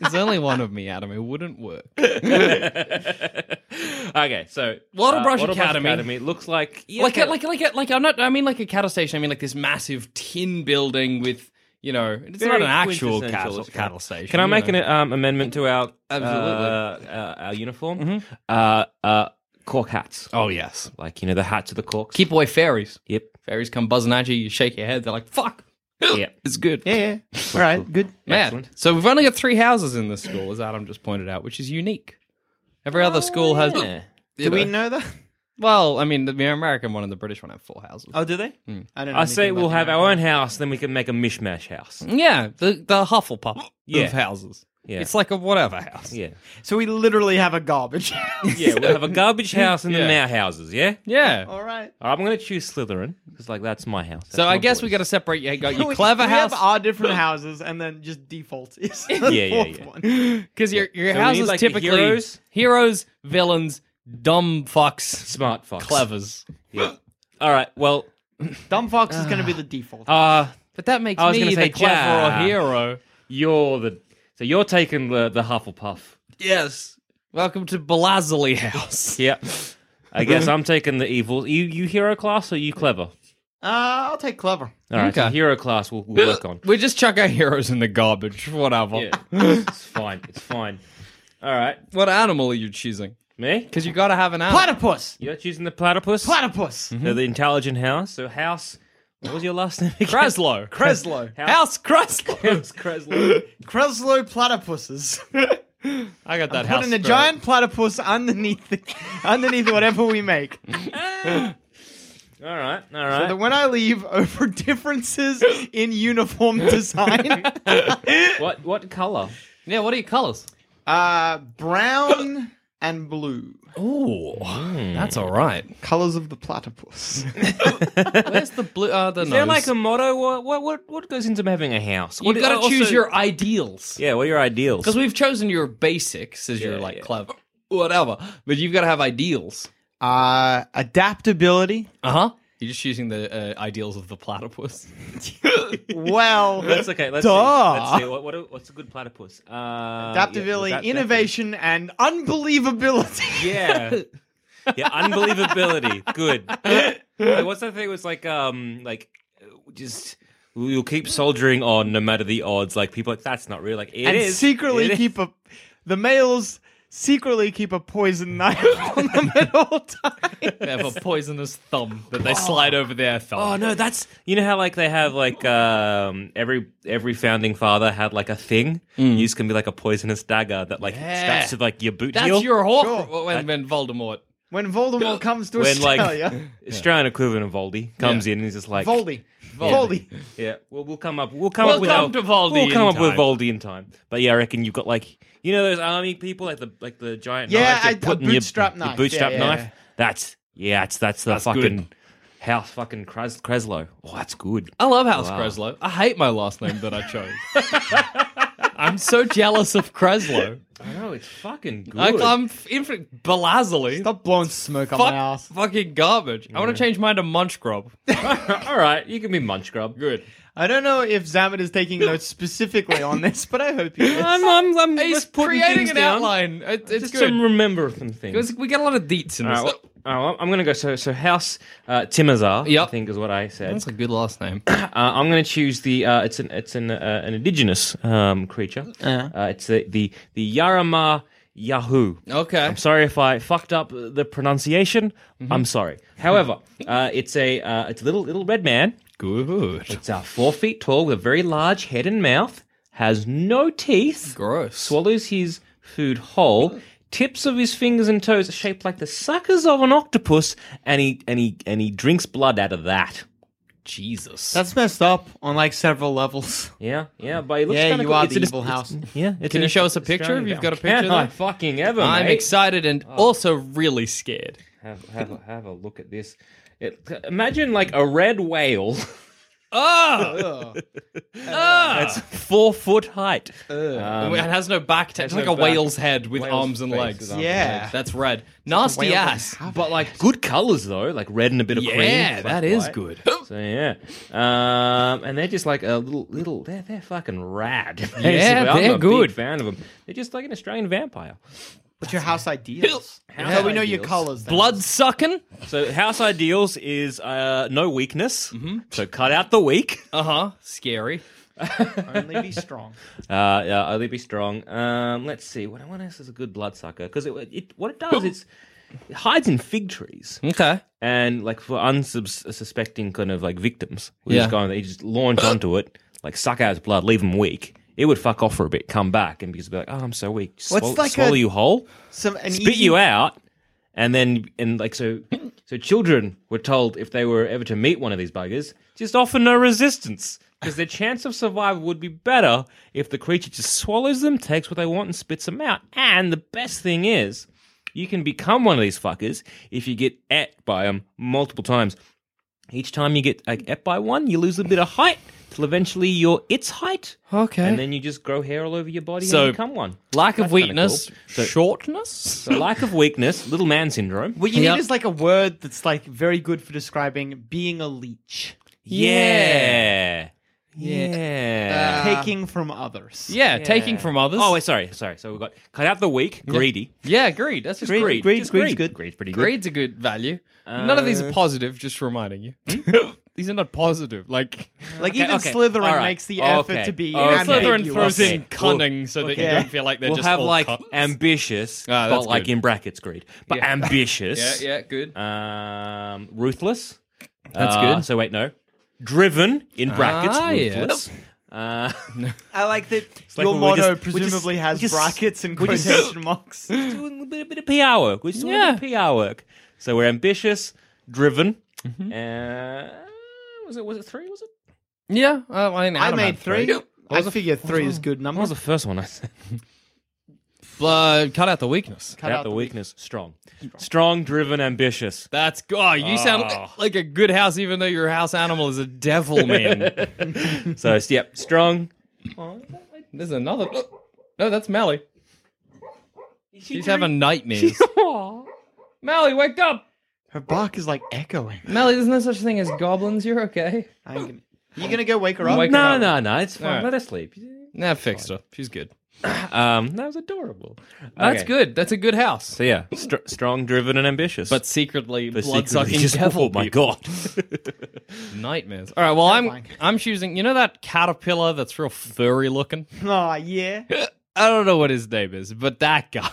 Speaker 4: There's only one of me, Adam. It wouldn't work.
Speaker 1: okay, so uh,
Speaker 4: Wattle Brush
Speaker 1: Wattle
Speaker 4: Academy.
Speaker 1: Academy looks like yeah,
Speaker 4: like,
Speaker 1: okay.
Speaker 4: a, like, like, a, like, I'm not. I mean, like a cattle station. I mean, like this massive tin building with, you know, it's
Speaker 1: Very
Speaker 4: not an actual
Speaker 1: quintessential
Speaker 4: cattle,
Speaker 1: Australia.
Speaker 4: cattle station.
Speaker 1: Can I
Speaker 4: you
Speaker 1: make
Speaker 4: know.
Speaker 1: an um, amendment to our
Speaker 4: Absolutely.
Speaker 1: uh, uh, our uniform? Uh, uh, cork hats,
Speaker 4: Oh yes.
Speaker 1: like you know the hats of the corks.
Speaker 4: Keep away fairies.
Speaker 1: yep,
Speaker 4: Fairies come buzzing at you. You shake your head. They're like, "Fuck."
Speaker 1: Yeah.
Speaker 4: It's good.
Speaker 3: Yeah, yeah. All right, good.
Speaker 4: Mad.
Speaker 1: Excellent.
Speaker 4: So we've only got three houses in this school, as Adam just pointed out, which is unique. Every other school has.
Speaker 1: Oh, yeah.
Speaker 4: you
Speaker 3: Do we
Speaker 4: know-
Speaker 3: know that?
Speaker 4: Well, I mean, the American one and the British one have four houses.
Speaker 3: Oh, do they? I don't. know
Speaker 1: Hmm. I say
Speaker 3: anything
Speaker 1: we'll
Speaker 3: about
Speaker 1: have
Speaker 3: the
Speaker 1: our own house, then we can make a mishmash house.
Speaker 4: Yeah, the the Hufflepuff
Speaker 1: Yeah.
Speaker 4: of houses.
Speaker 1: Yeah.
Speaker 4: It's like a whatever house.
Speaker 1: Yeah,
Speaker 3: So we literally have a garbage. house.
Speaker 1: yeah. We'll have a garbage house and then
Speaker 4: Yeah.
Speaker 1: our houses. Yeah,
Speaker 4: Yeah.
Speaker 3: All right.
Speaker 1: I'm going to choose Slytherin because like that's my house.
Speaker 4: So I guess we got to separate. You got your
Speaker 3: We-
Speaker 4: clever
Speaker 3: we
Speaker 4: house
Speaker 3: have our different houses, and then just default is the
Speaker 1: Yeah, yeah,
Speaker 3: fourth
Speaker 1: yeah.
Speaker 3: one.
Speaker 4: because your your
Speaker 1: So we
Speaker 4: house
Speaker 1: need,
Speaker 4: is
Speaker 1: like, the
Speaker 4: typically
Speaker 1: heroes.
Speaker 4: heroes, villains, dumb fucks,
Speaker 1: smart fox.
Speaker 4: clevers.
Speaker 1: Yeah. All right. Well,
Speaker 3: Dumb fox is going to be the default.
Speaker 1: uh
Speaker 4: But that makes
Speaker 1: I was
Speaker 4: me
Speaker 1: gonna
Speaker 4: the
Speaker 1: say
Speaker 4: clever
Speaker 1: Jack.
Speaker 4: or hero.
Speaker 1: you're the so you're taking the the Hufflepuff.
Speaker 4: Yes. Welcome to Belazily House.
Speaker 1: Yeah. I guess I'm taking the evil. You you hero class or you clever?
Speaker 3: Uh, I'll take clever.
Speaker 1: All right, so
Speaker 4: Okay.
Speaker 1: hero class we'll, we'll work on.
Speaker 4: We just chuck our heroes in the garbage. Whatever.
Speaker 1: Yeah, it's fine. It's fine. All right,
Speaker 4: What animal are you choosing?
Speaker 1: me.
Speaker 4: Because you got to have an animal.
Speaker 3: Platypus.
Speaker 1: You're choosing the platypus.
Speaker 3: Platypus.
Speaker 1: So the intelligent house. So house. What was your last name? again?
Speaker 4: Creslow.
Speaker 3: Creslow.
Speaker 4: House Creslow.
Speaker 1: House Creslow.
Speaker 3: Creslow platypuses.
Speaker 4: I got that house.
Speaker 3: Putting a
Speaker 4: spirit.
Speaker 3: giant platypus underneath the, underneath whatever we make.
Speaker 1: All right. All
Speaker 3: So
Speaker 1: right.
Speaker 3: that when I leave over differences in uniform design,
Speaker 1: what what color?
Speaker 4: Yeah. What are your colors?
Speaker 3: uh, brown and blue.
Speaker 4: Ooh, that's all right.
Speaker 3: Colors of the platypus.
Speaker 4: Where's the blue? Uh, the
Speaker 1: Is there
Speaker 4: nose.
Speaker 1: like a motto? What what what, what goes into having a house?
Speaker 4: You've
Speaker 1: What-
Speaker 4: got to
Speaker 1: also-
Speaker 4: choose your ideals.
Speaker 1: Yeah. What are your ideals?
Speaker 4: Because we've chosen your basics as your
Speaker 1: Yeah,
Speaker 4: like
Speaker 1: yeah.
Speaker 4: clever, whatever. But you've got to have ideals.
Speaker 3: Uh, adaptability.
Speaker 4: Uh huh.
Speaker 1: Uh-huh.
Speaker 4: You're just choosing the uh, ideals of the platypus.
Speaker 3: Well,
Speaker 1: That's okay. Let's
Speaker 3: Duh.
Speaker 1: see. Let's see. What, what what's a good platypus? Uh, yeah,
Speaker 3: adaptability,
Speaker 1: adapt-
Speaker 3: innovation, and unbelievability.
Speaker 1: Yeah. Yeah, unbelievability. Good. Like, what's that thing? It was like, um, like, uh, just you'll keep soldiering on no matter the odds. Like people, are like that's not real. Like it
Speaker 3: and
Speaker 1: is.
Speaker 3: secretly
Speaker 1: It is.
Speaker 3: keep a, the males secretly keep a poison knife on them at all times.
Speaker 4: They have a poisonous thumb that they slide over their thumb.
Speaker 1: Oh no, that's you know how like they have like um every every founding father had like a thing. Used can be like a poisonous dagger that like
Speaker 4: Mm. Yeah.
Speaker 1: straps to like your boot
Speaker 4: That's
Speaker 1: heel.
Speaker 4: your
Speaker 3: Sure.
Speaker 4: Horcrux. When, when Voldemort.
Speaker 3: When Voldemort comes to
Speaker 1: when like
Speaker 3: Australia,
Speaker 1: Australian equivalent of Voldy comes
Speaker 4: Yeah.
Speaker 1: in and he's just like
Speaker 3: Voldy,
Speaker 4: Voldy.
Speaker 3: Voldy,
Speaker 1: Yeah, well we'll come up we'll come
Speaker 4: We'll
Speaker 1: up with
Speaker 4: come
Speaker 1: our,
Speaker 4: to Voldy
Speaker 1: We'll
Speaker 4: in
Speaker 1: come up with
Speaker 4: time.
Speaker 1: Voldy in time. But yeah, I reckon you've got like you know those army people like the like the giant
Speaker 3: Yeah,
Speaker 1: knife
Speaker 3: I-
Speaker 1: that
Speaker 3: the
Speaker 1: put in your-
Speaker 3: bootstrap
Speaker 1: your
Speaker 3: knife.
Speaker 1: bootstrap
Speaker 3: Yeah, yeah,
Speaker 1: knife.
Speaker 3: yeah.
Speaker 1: That's yeah, that's that's the
Speaker 4: That's good.
Speaker 1: fucking house fucking Cres- Creslow. Oh, that's good.
Speaker 4: I love House
Speaker 1: Wow.
Speaker 4: Creslow. I hate my last name that I chose. I'm so jealous of Creslow.
Speaker 1: I know it's fucking good.
Speaker 4: I, I'm infinite Belazily.
Speaker 3: stop blowing smoke up
Speaker 4: Fuck,
Speaker 3: my ass.
Speaker 4: fucking garbage. I want to change mine to Munchgrub.
Speaker 1: All right, you can be munch grub.
Speaker 4: Good.
Speaker 3: I don't know if Zamet is taking notes specifically on this, but I hope he is.
Speaker 1: I'm, I'm, I'm
Speaker 4: He's
Speaker 1: just putting
Speaker 4: creating
Speaker 1: things
Speaker 4: an
Speaker 1: down.
Speaker 4: outline. It, it's
Speaker 1: Just
Speaker 4: good.
Speaker 1: to remember some things.
Speaker 4: Because we get a lot of deets in
Speaker 1: All
Speaker 4: this.
Speaker 1: right, well, all right, I'm going to go. So, so House uh, Timazar, I
Speaker 4: Yep.
Speaker 1: think, is what I said.
Speaker 4: That's a good last name.
Speaker 1: Uh, I'm going to choose the. Uh, it's an it's an uh, an indigenous um, creature.
Speaker 4: Uh-huh.
Speaker 1: uh it's the the the Yarama Yahoo.
Speaker 4: Okay.
Speaker 1: I'm sorry if I fucked up the pronunciation.
Speaker 4: Mm-hmm.
Speaker 1: I'm sorry. However, uh, it's a uh, it's a little little red man.
Speaker 4: Good.
Speaker 1: It's uh, four feet tall with a very large head and mouth. Has no teeth.
Speaker 4: Gross.
Speaker 1: swallows his food whole. Tips of his fingers and toes are shaped like the suckers of an octopus, and he and he and he drinks blood out of that.
Speaker 4: Jesus.
Speaker 3: That's messed up on like several levels.
Speaker 1: Yeah, yeah, but he looks
Speaker 3: yeah,
Speaker 1: kinda
Speaker 3: you
Speaker 1: cool.
Speaker 3: are
Speaker 1: It's
Speaker 3: the
Speaker 1: an-
Speaker 3: evil house.
Speaker 1: Yeah, it's
Speaker 4: Can
Speaker 1: an
Speaker 4: you show us a picture
Speaker 1: Australian
Speaker 4: if you've
Speaker 1: band.
Speaker 4: got a picture
Speaker 1: Can
Speaker 4: there?
Speaker 1: I fucking ever?
Speaker 4: I'm
Speaker 1: mate?
Speaker 4: excited and also really scared.
Speaker 1: Have, have, have a look at this. It, imagine like a red whale
Speaker 4: Oh!
Speaker 1: that's four foot height. Um,
Speaker 4: it has no back. T- it's
Speaker 1: no
Speaker 4: like a
Speaker 1: back.
Speaker 4: whale's head with
Speaker 1: Whale's
Speaker 4: arms and
Speaker 1: face
Speaker 4: legs.
Speaker 1: with arms
Speaker 3: Yeah. legs.
Speaker 4: That's red. Nasty ass.
Speaker 1: but like good colors though, like red and a bit of cream.
Speaker 4: Yeah,
Speaker 1: It's, like,
Speaker 4: that is
Speaker 1: white.
Speaker 4: good.
Speaker 1: So yeah, um, and they're just like a little, little. They're they're fucking rad. basically. I'm
Speaker 4: they're
Speaker 1: a
Speaker 4: good.
Speaker 1: Big fan of them. They're just like an Australian vampire.
Speaker 3: What's your house ideals?
Speaker 1: House
Speaker 3: so we know your
Speaker 1: ideals.
Speaker 3: colors.
Speaker 4: Blood sucking.
Speaker 1: So house ideals is uh, no weakness.
Speaker 3: Mm-hmm.
Speaker 1: So cut out the weak.
Speaker 4: Uh huh. Scary.
Speaker 3: only be strong.
Speaker 1: Uh, yeah, only be strong. Um, let's see. What, what else is a good bloodsucker? Because it, it, what it does is it hides in fig trees
Speaker 4: Okay.
Speaker 1: and like for unsuspecting kind of like victims. We
Speaker 4: Yeah.
Speaker 1: just go and they just launch onto it, like suck out its blood, leave them weak. It would fuck off for a bit, come back, and because it'd be like, oh, I'm so weak. Just
Speaker 3: What's
Speaker 1: swallow,
Speaker 3: like
Speaker 1: swallow
Speaker 3: a-
Speaker 1: you whole,
Speaker 3: Some an
Speaker 1: spit
Speaker 3: easy-
Speaker 1: you out, and then and like so. So children were told if they were ever to meet one of these buggers, just offer no resistance. Because their chance of survival would be better if the creature just swallows them, takes what they want, and spits them out. And the best thing is, you can become one of these fuckers if you get at by them multiple times. Each time you get like, at by one, you lose a bit of height till eventually you're its height,
Speaker 4: Okay.
Speaker 1: and then you just grow hair all over your body
Speaker 4: So-
Speaker 1: and become one.
Speaker 4: Lack of
Speaker 1: kinda
Speaker 4: weakness.
Speaker 1: cool. So-
Speaker 4: Shortness.
Speaker 1: So lack of weakness, little man syndrome.
Speaker 3: What you
Speaker 4: Yeah.
Speaker 3: need is like a word that's like very good for describing being a leech,
Speaker 1: Yeah.
Speaker 4: Yeah.
Speaker 1: Yeah.
Speaker 3: taking from others.
Speaker 4: yeah, taking from others.
Speaker 1: oh, wait, sorry, sorry. So we've got cut out the weak, greedy.
Speaker 4: yeah, greed. That's just
Speaker 1: Greed, greed,
Speaker 4: greed.
Speaker 3: Greed,
Speaker 1: just
Speaker 3: greed's
Speaker 1: greed.
Speaker 3: good.
Speaker 1: Greed's pretty good.
Speaker 4: Greed's a good value. None of these are positive, just reminding you. these are not positive. Like,
Speaker 3: Like
Speaker 1: Okay,
Speaker 3: even
Speaker 1: okay.
Speaker 3: Slytherin
Speaker 1: All right.
Speaker 3: makes the
Speaker 1: Okay.
Speaker 3: effort to be.
Speaker 1: Oh,
Speaker 3: ambiguous.
Speaker 4: Slytherin throws
Speaker 1: Okay.
Speaker 4: in cunning so that you
Speaker 3: Okay.
Speaker 4: don't feel like they're
Speaker 1: We'll
Speaker 4: just
Speaker 1: have
Speaker 4: all
Speaker 1: like
Speaker 4: cunts.
Speaker 1: ambitious,
Speaker 4: Ah,
Speaker 1: but
Speaker 4: that's
Speaker 1: like
Speaker 4: good.
Speaker 1: in brackets, greed, but ambitious.
Speaker 4: yeah, good.
Speaker 1: Um, ruthless.
Speaker 4: That's
Speaker 1: Uh,
Speaker 4: good.
Speaker 1: So wait, no. Driven in brackets,
Speaker 4: Ah, yeah.
Speaker 1: ruthless. Uh,
Speaker 3: I like that
Speaker 1: like
Speaker 3: your
Speaker 1: when we just-
Speaker 3: motto
Speaker 1: we just-
Speaker 3: presumably has
Speaker 1: we just-
Speaker 3: brackets and
Speaker 1: we just-
Speaker 3: quotation marks.
Speaker 1: doing a bit, a bit of PR work. We're just doing a bit of PR work. So we're ambitious, driven. Uh, was it was it three? Was it?
Speaker 4: yeah, uh, I, mean,
Speaker 3: I
Speaker 4: Adam had
Speaker 3: made three. I figure three is good
Speaker 1: What was
Speaker 3: numbers.
Speaker 1: the first one I said?
Speaker 4: Uh, cut out the weakness.
Speaker 1: Cut out the weakness. Strong. Strong, driven, ambitious.
Speaker 4: That's good. Oh, you sound li- like a good house, even though your house animal is a devil man.
Speaker 1: So it's- yep, strong.
Speaker 4: There's another. No, that's Mally. She's having nightmares. Mally, wake up!
Speaker 3: Her bark is like echoing.
Speaker 4: Mally, there's no such thing as goblins. You're okay.
Speaker 3: I'm gonna... You gonna go wake her up?
Speaker 4: Wake-
Speaker 1: No, no, no. It's fine.
Speaker 4: Alright.
Speaker 1: Let her sleep.
Speaker 4: Nah, fixed her. She's good.
Speaker 1: Um, that was adorable.
Speaker 4: That's
Speaker 1: Okay.
Speaker 4: good. That's a good house.
Speaker 1: So yeah, str- strong, driven, and ambitious.
Speaker 4: But secretly,
Speaker 1: But
Speaker 4: blood
Speaker 1: secretly
Speaker 4: sucking
Speaker 1: just-
Speaker 4: devil.
Speaker 1: Oh my
Speaker 4: people.
Speaker 1: god.
Speaker 4: Nightmares. All right. Well, I'm
Speaker 3: Terrifying.
Speaker 4: I'm choosing. You know that caterpillar that's real furry looking.
Speaker 3: Aw, yeah.
Speaker 1: Oh,
Speaker 4: I don't know what his name is, but that guy.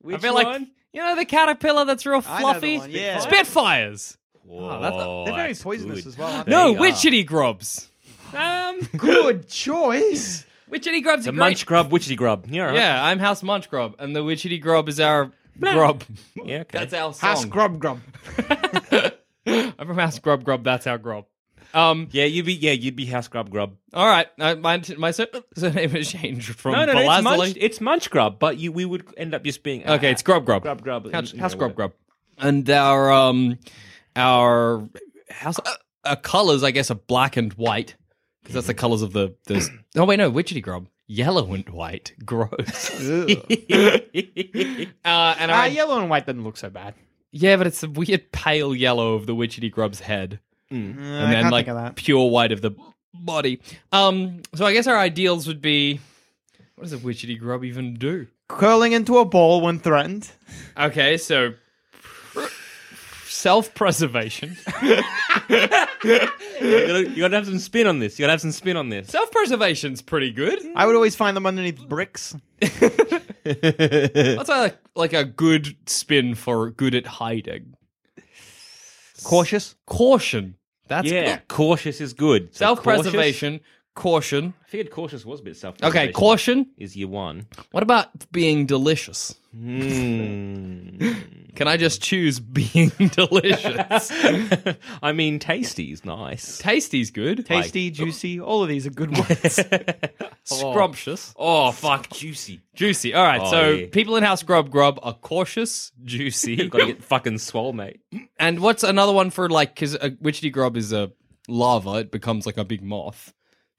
Speaker 1: Which
Speaker 4: I feel
Speaker 1: one?
Speaker 4: like you know the caterpillar that's real
Speaker 3: I know the
Speaker 4: fluffy.
Speaker 3: one, yeah.
Speaker 4: Spitfires.
Speaker 3: Oh, that's not- they're very poisonous as well, aren't There
Speaker 4: no,
Speaker 1: They are.
Speaker 4: witchetty grubs. Um,
Speaker 3: Good choice.
Speaker 4: witchetty grubs.
Speaker 1: The
Speaker 4: are great.
Speaker 1: munch grub, witchetty grub. Yeah, all right.
Speaker 4: Yeah, I'm House Munch Grub, and the witchetty grub is our grub.
Speaker 1: yeah okay.
Speaker 4: That's our song.
Speaker 3: Ask grub grub.
Speaker 4: I'm from House Grub Grub. That's our grub. Um.
Speaker 1: yeah, you'd be yeah, you'd be house grub grub.
Speaker 4: All right. Uh, my my sur- surname has changed from
Speaker 1: No, no, no it's,
Speaker 4: Belazily-
Speaker 1: munch, it's munch grub, but you we would end up just being
Speaker 4: Okay, it's grub grub.
Speaker 1: grub grub.
Speaker 4: House,
Speaker 1: you know,
Speaker 4: house grub
Speaker 1: whatever.
Speaker 4: grub. And our um our house uh, our colors I guess are black and white because
Speaker 1: Mm-hmm.
Speaker 4: that's the colors of the the Oh wait, no, witchetty grub. Yellow and white. Gross. uh and
Speaker 3: Ah,
Speaker 4: our,
Speaker 3: yellow and white doesn't look so bad.
Speaker 4: yeah, but it's the weird pale yellow of the witchetty grub's head and
Speaker 3: Uh, I
Speaker 4: then
Speaker 3: can't
Speaker 4: like
Speaker 3: think of that.
Speaker 4: pure white of the body. Um so I guess our ideals would be what does a witchetty grub even do?
Speaker 3: Curling into a ball when threatened.
Speaker 4: Okay, so self-preservation.
Speaker 1: you, gotta, you gotta have some spin on this. You gotta have some spin on this.
Speaker 4: Self-preservation's pretty good.
Speaker 3: I would always find them underneath bricks.
Speaker 4: That's like like a good spin for good at hiding.
Speaker 3: Cautious.
Speaker 4: Caution. That's
Speaker 1: yeah,
Speaker 4: good.
Speaker 1: cautious is good. So cautious-
Speaker 4: Self-preservation, caution.
Speaker 1: I figured cautious was a bit self.
Speaker 4: Okay, caution.
Speaker 1: is your one.
Speaker 4: What about being delicious?
Speaker 1: Hmm.
Speaker 4: Can I just choose being delicious?
Speaker 1: I mean, tasty is nice.
Speaker 4: Tasty's good.
Speaker 3: Tasty, juicy. All of these are good ones.
Speaker 4: Scrumptious.
Speaker 1: Oh fuck, juicy.
Speaker 4: Juicy. All right,
Speaker 1: Oh,
Speaker 4: so
Speaker 1: yeah.
Speaker 4: people in House Grub Grub are cautious, juicy.
Speaker 1: Gotta get fucking swole, mate.
Speaker 4: and what's another one for like, uh, because a witchetty grub is a lava, it becomes like a big moth.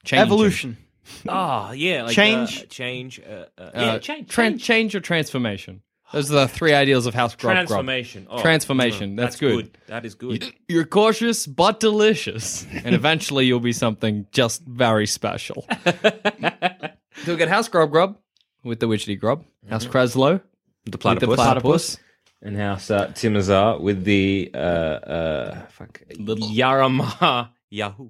Speaker 4: Change
Speaker 3: Evolution.
Speaker 1: Ah, yeah. Like,
Speaker 3: Change.
Speaker 1: uh, change. Uh, uh, yeah, change.
Speaker 4: Tran-
Speaker 1: change.
Speaker 4: change or transformation. Those are the three ideals of House Grub Grub.
Speaker 1: Transformation. Oh,
Speaker 4: Transformation,
Speaker 1: mm,
Speaker 4: that's good.
Speaker 1: That is good.
Speaker 4: You're cautious but delicious, and eventually you'll be something just very special. so we got House Grub Grub with the Witchetty Grub, House Kraslow
Speaker 1: The
Speaker 4: with the
Speaker 1: platypus.
Speaker 4: Platypus,
Speaker 1: And House uh, Timazar with the uh, uh, fuck
Speaker 4: Little-
Speaker 1: Yarama Yahoo.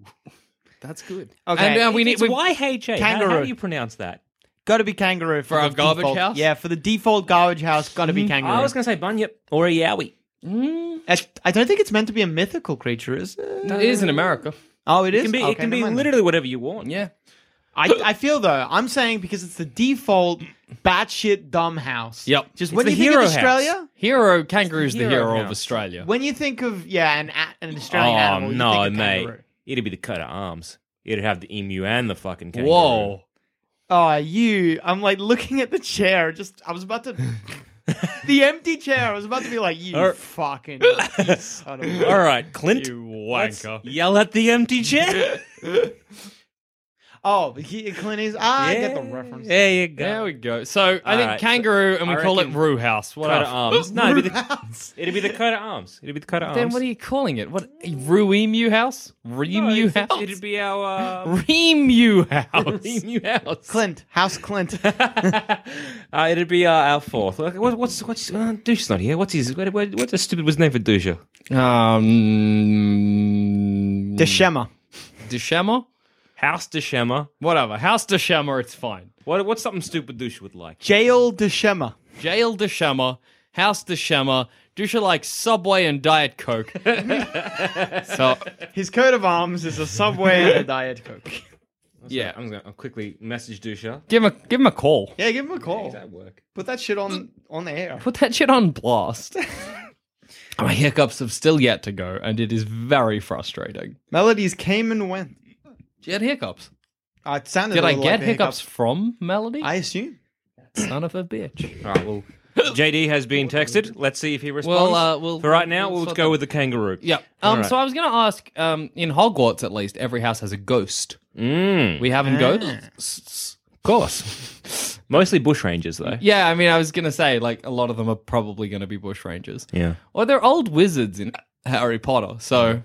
Speaker 1: That's good.
Speaker 3: Okay.
Speaker 4: and uh, we need
Speaker 1: It's
Speaker 4: we,
Speaker 1: YHA. How- How,
Speaker 3: Kangaroo.
Speaker 1: do you pronounce that?
Speaker 3: Got to be kangaroo for,
Speaker 4: For our
Speaker 3: the
Speaker 4: garbage
Speaker 3: default-
Speaker 4: house?
Speaker 3: Yeah, for the default garbage house, got to be kangaroo.
Speaker 1: Mm-hmm. I was gonna say bunyip or a yowie.
Speaker 3: I, I don't think it's meant to be a mythical creature, is it?
Speaker 4: It is in America.
Speaker 3: Oh, it is.
Speaker 1: It can be,
Speaker 3: Okay,
Speaker 1: it can be
Speaker 3: never mind.
Speaker 1: literally whatever you want.
Speaker 4: Yeah,
Speaker 3: I, I feel though I'm saying because it's the default batshit dumb house.
Speaker 4: Yep. It's
Speaker 3: Just when
Speaker 4: the
Speaker 3: you think
Speaker 4: hero
Speaker 3: of
Speaker 4: house.
Speaker 3: Australia,
Speaker 4: hero kangaroo's the
Speaker 1: hero
Speaker 4: hero, of
Speaker 1: house.
Speaker 4: Australia.
Speaker 3: when you think of yeah an a- an Australian
Speaker 1: Oh
Speaker 3: animal, you
Speaker 1: no,
Speaker 3: think of
Speaker 1: mate!
Speaker 3: kangaroo.
Speaker 1: It'd be the cut of arms. It'd have the emu and the fucking kangaroo.
Speaker 4: Whoa!
Speaker 3: Oh, you! I'm like looking at the chair. Just I was about to. The empty chair. I was about to be like, you
Speaker 1: Or-
Speaker 3: fucking you son of a-
Speaker 1: All right, Clint,
Speaker 4: You
Speaker 1: let's
Speaker 4: wanker.
Speaker 1: yell at the empty chair.
Speaker 3: Oh, he, Clint Eastwood. I get the reference.
Speaker 1: There you go.
Speaker 4: There we go. So I
Speaker 1: All
Speaker 4: think
Speaker 1: right, so
Speaker 4: kangaroo, and we
Speaker 1: I
Speaker 4: call it
Speaker 1: reckon um,
Speaker 4: Roo House. What
Speaker 1: Coat
Speaker 4: else?
Speaker 1: of arms. No, it'd be the it'd be the coat of arms. It'd be the coat of
Speaker 4: Then
Speaker 1: arms.
Speaker 4: what are you calling it? What Ruemu House? Reemu
Speaker 1: it's-
Speaker 4: House?
Speaker 1: It'd be our uh,
Speaker 4: Reemu House.
Speaker 1: emu house.
Speaker 3: Clint House Clint.
Speaker 1: uh, it'd be uh, our fourth. Like, What, what's what's uh, Douche's not here. What's his? What, what, what's the stupid was name for Douche?
Speaker 4: um,
Speaker 3: Deshema.
Speaker 4: Deshema?
Speaker 1: House Deshema.
Speaker 4: Whatever. House Deshema, it's fine.
Speaker 1: What what's something stupid Douche would like?
Speaker 3: Jail Deshema.
Speaker 4: Jail Deshema, House Deshema. Dusha likes Subway and Diet Coke. so,
Speaker 3: His coat of arms is a subway and a diet coke.
Speaker 4: yeah.
Speaker 1: I'm gonna I'll quickly message Douche.
Speaker 4: Give him, a, give him a call.
Speaker 3: Yeah, give him a call.
Speaker 1: That work.
Speaker 3: Put that shit on on the air.
Speaker 4: Put that shit on blast. My hiccups have still yet to go, and it is very frustrating.
Speaker 3: Melodies came and went.
Speaker 4: Did you had hiccups?
Speaker 3: Uh, it sounded.
Speaker 4: Did
Speaker 3: a
Speaker 4: I
Speaker 3: little
Speaker 4: get
Speaker 3: like the
Speaker 4: hiccups from Melody?
Speaker 3: I assume.
Speaker 4: Son of a bitch.
Speaker 1: All right. Well, JD has been texted. Let's see if he responds.
Speaker 4: Well, uh, we'll-
Speaker 1: for right now,
Speaker 4: we'll
Speaker 1: we'll,
Speaker 4: sort
Speaker 1: go
Speaker 4: that-
Speaker 1: with the kangaroo.
Speaker 4: Yeah. Um,
Speaker 1: Alright.
Speaker 4: So I was going to ask um, in Hogwarts, at least, every house has a ghost.
Speaker 1: Mm.
Speaker 4: We haven't ghosts? Of course.
Speaker 1: Mostly bush rangers, though.
Speaker 4: Yeah, I mean, I was going to say, like, a lot of them are probably going to be bushrangers.
Speaker 1: Yeah.
Speaker 4: Or they're old wizards in Harry Potter. So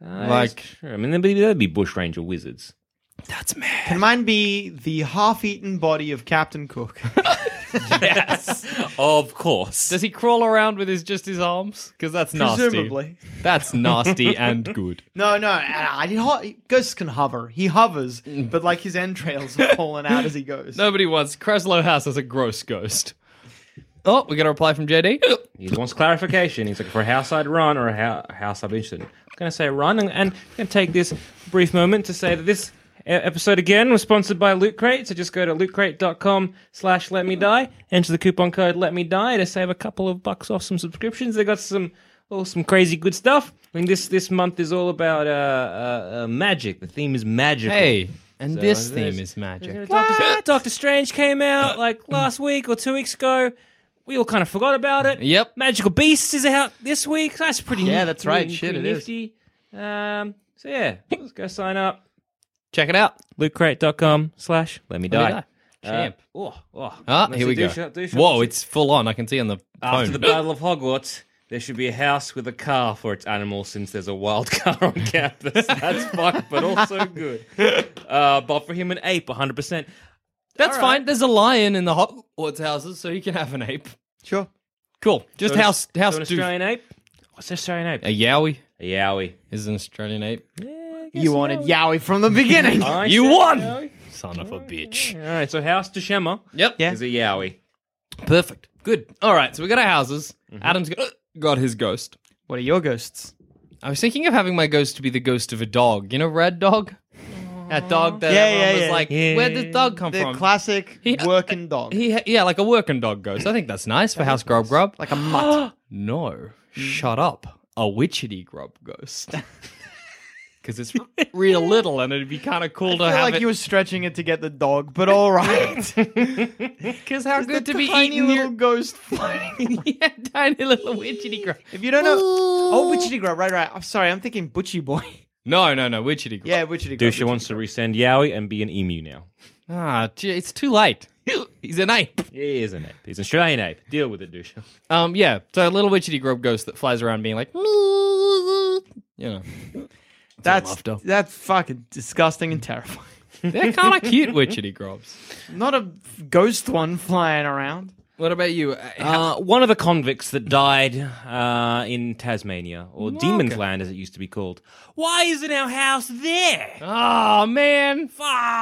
Speaker 4: Like-
Speaker 1: like, I mean, that'd be, that'd be bush ranger wizards.
Speaker 4: that's mad.
Speaker 3: Can mine be the half-eaten body of Captain Cook?
Speaker 1: Yes, of course.
Speaker 4: Does he crawl around with his just his arms? Because that's nasty.
Speaker 3: Presumably.
Speaker 4: That's nasty and good.
Speaker 3: No, no. uh, I, I, ghosts can hover. He hovers, but like his entrails are falling out as he goes.
Speaker 4: Nobody wants Creslow House as a gross ghost. Oh, we got a reply from JD.
Speaker 1: He wants clarification. He's looking for a house I'd run or a, ho- a house I'd be interested in. I'm going to say run, and, and I'm going to take this brief moment to say that this e- episode again was sponsored by Loot Crate. So just go to lootcrate.com slash let me die, enter the coupon code let me die to save a couple of bucks off some subscriptions. They got some oh, some crazy good stuff. I mean, this this month is all about uh, uh, uh, magic. The theme is magic.
Speaker 4: Hey, and
Speaker 1: So
Speaker 4: this
Speaker 1: there's-
Speaker 4: theme is magic.
Speaker 1: Doctor, Doctor Strange came out like last week or two weeks ago. We all kind of forgot about it.
Speaker 4: Yep.
Speaker 1: Magical Beasts is out this week. That's pretty.
Speaker 5: Yeah,
Speaker 1: nif-
Speaker 5: that's right.
Speaker 1: pretty-
Speaker 5: Shit,
Speaker 1: pretty
Speaker 5: it is.
Speaker 1: nifty. Um, so yeah, let's go sign up.
Speaker 4: Check it out.
Speaker 1: LukeCrate.com slash let me die.
Speaker 4: die.
Speaker 1: Uh,
Speaker 4: Champ.
Speaker 1: oh, oh.
Speaker 4: Ah,
Speaker 1: Let's
Speaker 4: here we
Speaker 1: do
Speaker 4: go.
Speaker 1: shot- do shot-
Speaker 4: Whoa, it's full on. I can see on the
Speaker 1: after
Speaker 4: phone.
Speaker 1: the Battle of Hogwarts. There should be a house with a car for its animal, since there's a wild car on campus. That's fucked, but also good. Uh, but for him, an ape, 100%.
Speaker 4: That's
Speaker 1: All right.
Speaker 4: fine. There's a lion in the Hogwarts houses, so you can have an ape.
Speaker 3: Sure.
Speaker 4: Cool. Just
Speaker 1: So an-
Speaker 4: house house
Speaker 1: so an
Speaker 4: doof.
Speaker 1: Australian ape. What's an Australian ape?
Speaker 4: A yowie
Speaker 1: A yowie.
Speaker 4: is an Australian ape.
Speaker 3: You wanted Yowie from the beginning.
Speaker 1: I
Speaker 4: You
Speaker 1: said
Speaker 4: won!
Speaker 1: yowie.
Speaker 4: Son of a bitch.
Speaker 1: All right, so House Deshema
Speaker 4: Yep.
Speaker 3: Yeah.
Speaker 1: is a yowie.
Speaker 4: Perfect. Good. All right. So we got our houses. Adam's got, got his ghost.
Speaker 3: what are your ghosts?
Speaker 4: I was thinking of having my ghost to be the ghost of a dog. You know, Red Dog? That dog that
Speaker 3: Yeah,
Speaker 4: everyone
Speaker 3: yeah,
Speaker 4: was
Speaker 3: yeah.
Speaker 4: like,
Speaker 1: Yeah.
Speaker 4: where'd this dog come
Speaker 3: The
Speaker 4: from?
Speaker 3: classic
Speaker 4: He-
Speaker 3: working dog.
Speaker 4: he ha- yeah, like a working dog ghost. I think that's nice for House Grub Grub.
Speaker 3: like a mutt.
Speaker 4: No, shut up. A witchetty grub ghost. Because it's real little and it'd be kind of cool to
Speaker 3: I feel
Speaker 4: have
Speaker 3: like
Speaker 4: it.
Speaker 3: you were stretching it to get the dog, but all right.
Speaker 4: Because how good to be
Speaker 3: tiny
Speaker 4: eaten
Speaker 3: little
Speaker 4: near...
Speaker 3: ghost flying.
Speaker 4: yeah, tiny little witchetty grub.
Speaker 3: if you don't know, oh, Witchetty Grub, right, right. I'm sorry, I'm thinking Butchie Boy.
Speaker 4: No, no, no, witchetty grub.
Speaker 3: Yeah, Witchetty Grub.
Speaker 1: Dusha wants to resend Yowie and be an emu now.
Speaker 4: Ah, gee, it's too late. He's an ape.
Speaker 1: He is an ape. He's an Australian ape. Deal with it, Dusha.
Speaker 4: Um, yeah, so a little witchetty grub ghost that flies around being like, you know,
Speaker 3: That's
Speaker 4: laughed off.
Speaker 3: that's fucking disgusting and terrifying.
Speaker 4: they're kind of cute witchetty grubs.
Speaker 3: Not a ghost one flying around.
Speaker 4: What about you? Uh,
Speaker 1: Uh, one of the convicts that died uh, in Tasmania, or Demon's Land as it used to be called. Why isn't our house there?
Speaker 4: oh man,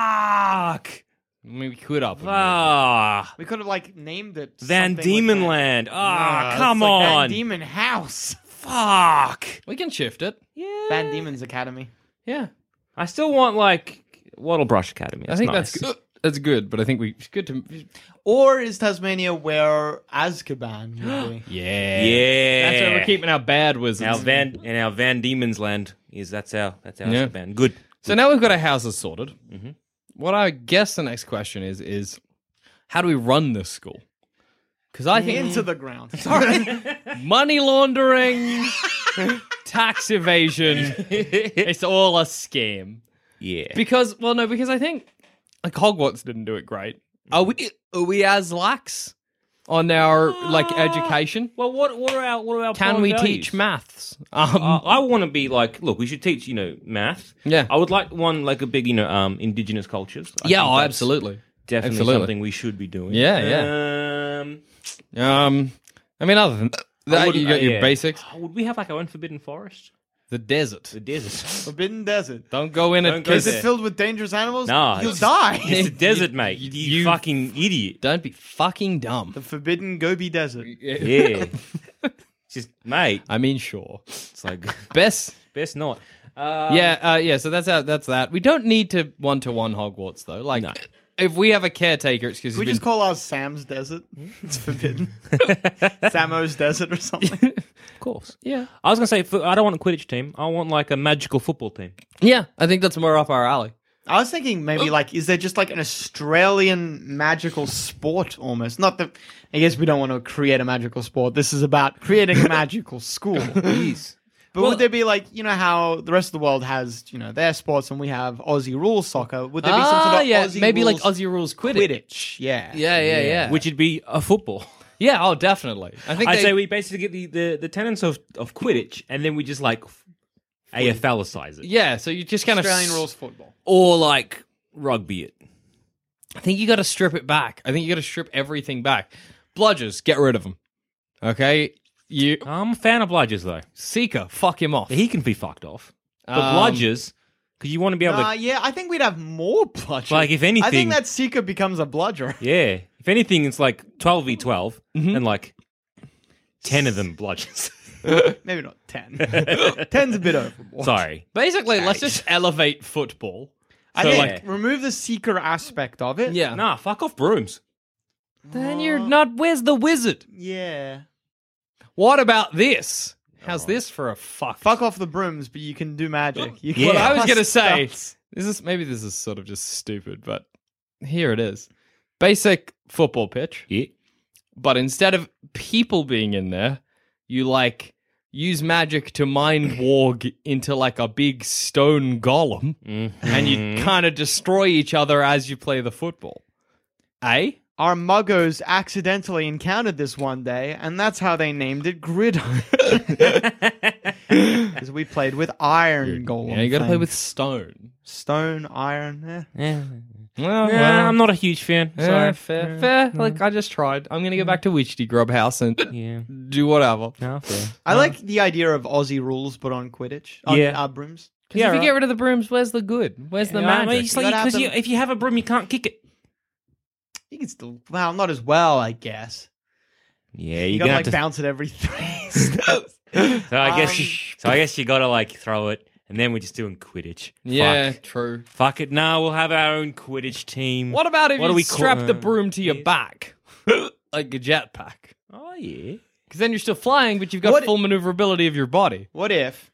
Speaker 1: Fuck!
Speaker 4: I mean, we could up.
Speaker 1: Ah,
Speaker 3: We could have like named it
Speaker 1: Van
Speaker 3: something like
Speaker 1: Diemen
Speaker 3: that.
Speaker 1: Land. Ah,
Speaker 3: Nah, it's
Speaker 1: come
Speaker 3: like
Speaker 1: on.
Speaker 3: Van Diemen House.
Speaker 1: Fuck.
Speaker 4: We can shift it.
Speaker 3: Van Diemen's Academy.
Speaker 4: Yeah,
Speaker 1: I still want like Wattle Brush Academy.
Speaker 4: I think that's good. that's good, but I think we it's good to
Speaker 3: Or is Tasmania where Azkaban would be?
Speaker 4: yeah
Speaker 1: Yeah,
Speaker 4: That's where we're keeping our bad
Speaker 1: Our
Speaker 4: wizards.
Speaker 1: Van and our Van Diemen's Land is that's our that's our
Speaker 4: Yeah.
Speaker 1: band. Good.
Speaker 4: so now we've got our houses sorted. What I guess the next question is is how do we run this school? Because I think
Speaker 3: Into the ground. Sorry.
Speaker 4: money laundering, tax evasion, it's all a scam.
Speaker 1: Yeah.
Speaker 4: Because well, no, because I think like Hogwarts didn't do it great. Are we are we as lax on our like education?
Speaker 1: well, what what are our what are our
Speaker 4: Can
Speaker 1: prime
Speaker 4: we
Speaker 1: values?
Speaker 4: teach maths? Um,
Speaker 1: Uh, I want to be like, look, we should teach you know math.
Speaker 4: Yeah.
Speaker 1: I would like one like a big you know um indigenous cultures. I
Speaker 4: yeah,
Speaker 1: think
Speaker 4: oh,
Speaker 1: that's
Speaker 4: absolutely.
Speaker 1: Definitely
Speaker 4: Absolutely.
Speaker 1: something we should be doing.
Speaker 4: Yeah, yeah.
Speaker 1: Um,
Speaker 4: Um, I mean, other than that, you
Speaker 1: wouldn't-
Speaker 4: got
Speaker 1: uh,
Speaker 4: your
Speaker 1: yeah.
Speaker 4: basics.
Speaker 1: oh, would we have like our own forbidden forest?
Speaker 4: The desert.
Speaker 1: The desert.
Speaker 3: Forbidden Desert.
Speaker 4: Don't go in it.
Speaker 1: Don't go
Speaker 4: because
Speaker 3: Is it
Speaker 1: there.
Speaker 3: filled with dangerous animals?
Speaker 1: Nah,
Speaker 3: You'll
Speaker 1: it's-
Speaker 3: die.
Speaker 1: it's a desert, mate.
Speaker 4: you-
Speaker 1: You,
Speaker 4: you-
Speaker 1: fucking idiot.
Speaker 4: Don't be fucking dumb.
Speaker 3: the Forbidden Gobi Desert.
Speaker 1: Yeah. Just mate.
Speaker 4: I mean, sure.
Speaker 1: It's like
Speaker 4: Best.
Speaker 1: best not. Uh,
Speaker 4: yeah, uh, yeah. So that's how, that's that. We don't need to one to one Hogwarts though. Like, if we have a caretaker, it's because
Speaker 3: We just call ours Sam's Desert.
Speaker 4: Hmm?
Speaker 3: It's forbidden. Samo's Desert or something.
Speaker 1: Of course.
Speaker 4: yeah,
Speaker 1: I was gonna say fo- I don't want a Quidditch team. I want like a magical football team.
Speaker 4: yeah. I think that's more up our alley.
Speaker 3: I was thinking maybe like, is there just like an Australian magical sport almost? Not that I guess we don't want to create a magical sport. This is about creating a magical school.
Speaker 1: Please.
Speaker 3: But
Speaker 1: Well-
Speaker 3: would there be like you know how the rest of the world has you know their sports and we have Aussie rules soccer? Would there be some
Speaker 4: Ah,
Speaker 3: sort of
Speaker 4: yeah,
Speaker 3: Aussie
Speaker 4: maybe like
Speaker 3: rules
Speaker 4: Aussie rules Quidditch.
Speaker 3: Quidditch? Yeah,
Speaker 4: Yeah, yeah, yeah.
Speaker 1: Which would be a football.
Speaker 4: yeah, oh, definitely. I think
Speaker 1: I'd
Speaker 4: they-
Speaker 1: say we basically get the, the, the tenets of, of Quidditch and then we just like f- AFLicize it.
Speaker 4: yeah. So you just kind of
Speaker 3: Australian rules football.
Speaker 1: Or like rugby it.
Speaker 4: I think you got to strip it back. I think you got to strip everything back. Bludgers, get rid of them. Okay, you
Speaker 1: I'm a fan of Bludgers though.
Speaker 4: seeker, fuck him off.
Speaker 1: He can be fucked off. But
Speaker 4: Um,
Speaker 1: Bludgers, because you want to be able
Speaker 3: Uh,
Speaker 1: to.
Speaker 3: yeah, I think we'd have more bludgers.
Speaker 1: Like, if
Speaker 3: I
Speaker 1: anything-
Speaker 3: think that seeker becomes a bludger.
Speaker 1: Yeah. If If anything, it's like 12v12 and like 10 of them bludgeons.
Speaker 3: Maybe not 10. 10's a bit overboard.
Speaker 1: Sorry.
Speaker 4: Basically, let's just elevate football.
Speaker 3: I
Speaker 1: So,
Speaker 3: think
Speaker 1: like-
Speaker 3: remove the seeker aspect of it.
Speaker 4: Yeah.
Speaker 1: Nah, fuck off brooms.
Speaker 4: Then you're not. Where's the wizard?
Speaker 3: Yeah.
Speaker 4: What about this? How's this for a fuck?
Speaker 3: Fuck off the brooms, but you can do magic. You can
Speaker 1: Yeah.
Speaker 4: What I was gonna say.
Speaker 3: Stuff.
Speaker 4: This is maybe this is sort of just stupid, but here it is. Basic football pitch,
Speaker 1: Yeah.
Speaker 4: but instead of people being in there, you like use magic to mind warg into like a big stone golem, and you kind of destroy each other as you play the football. Eh?
Speaker 3: Our muggos accidentally encountered this one day, and that's how they named it Gridiron. Because we played with iron golem.
Speaker 4: Yeah, you got to play
Speaker 3: thing.
Speaker 4: with stone.
Speaker 3: stone, iron. Eh.
Speaker 1: Yeah.
Speaker 4: Well,
Speaker 1: Nah, I'm not a huge fan.
Speaker 4: Yeah,
Speaker 1: Sorry.
Speaker 4: fair, fair. Like I just tried. I'm gonna go back to Witchy Grub House and
Speaker 1: Yeah.
Speaker 4: do whatever.
Speaker 1: No, fair.
Speaker 3: I like the idea of Aussie rules, but on Quidditch. On,
Speaker 1: Yeah.
Speaker 3: uh, brooms.
Speaker 4: Because if you get rid of the brooms, where's the good? Where's the
Speaker 1: Yeah, I mean,
Speaker 4: magic?
Speaker 1: it's like-
Speaker 3: You gotta
Speaker 1: 'cause
Speaker 3: have
Speaker 1: you-
Speaker 3: them-
Speaker 1: if you have a broom, you can't kick it.
Speaker 3: You can still. Well, not as well, I guess.
Speaker 1: Yeah,
Speaker 3: You
Speaker 1: you're
Speaker 3: gotta
Speaker 1: gonna
Speaker 3: like
Speaker 1: have to.
Speaker 3: bounce it every three steps.
Speaker 1: So I guess
Speaker 3: Um,
Speaker 1: you, so I guess you gotta like throw it, and then we're just doing Quidditch.
Speaker 4: yeah,
Speaker 1: Fuck,
Speaker 4: true.
Speaker 1: Fuck it. Now we'll have our own Quidditch team.
Speaker 4: What about if
Speaker 1: What do
Speaker 4: you
Speaker 1: we call-
Speaker 4: strap the
Speaker 1: uh,
Speaker 4: broom to your
Speaker 1: yeah.
Speaker 4: back like a jetpack?
Speaker 1: Oh yeah.
Speaker 4: Because then you're still flying, but you've got
Speaker 3: What-
Speaker 4: full maneuverability of your body.
Speaker 3: What if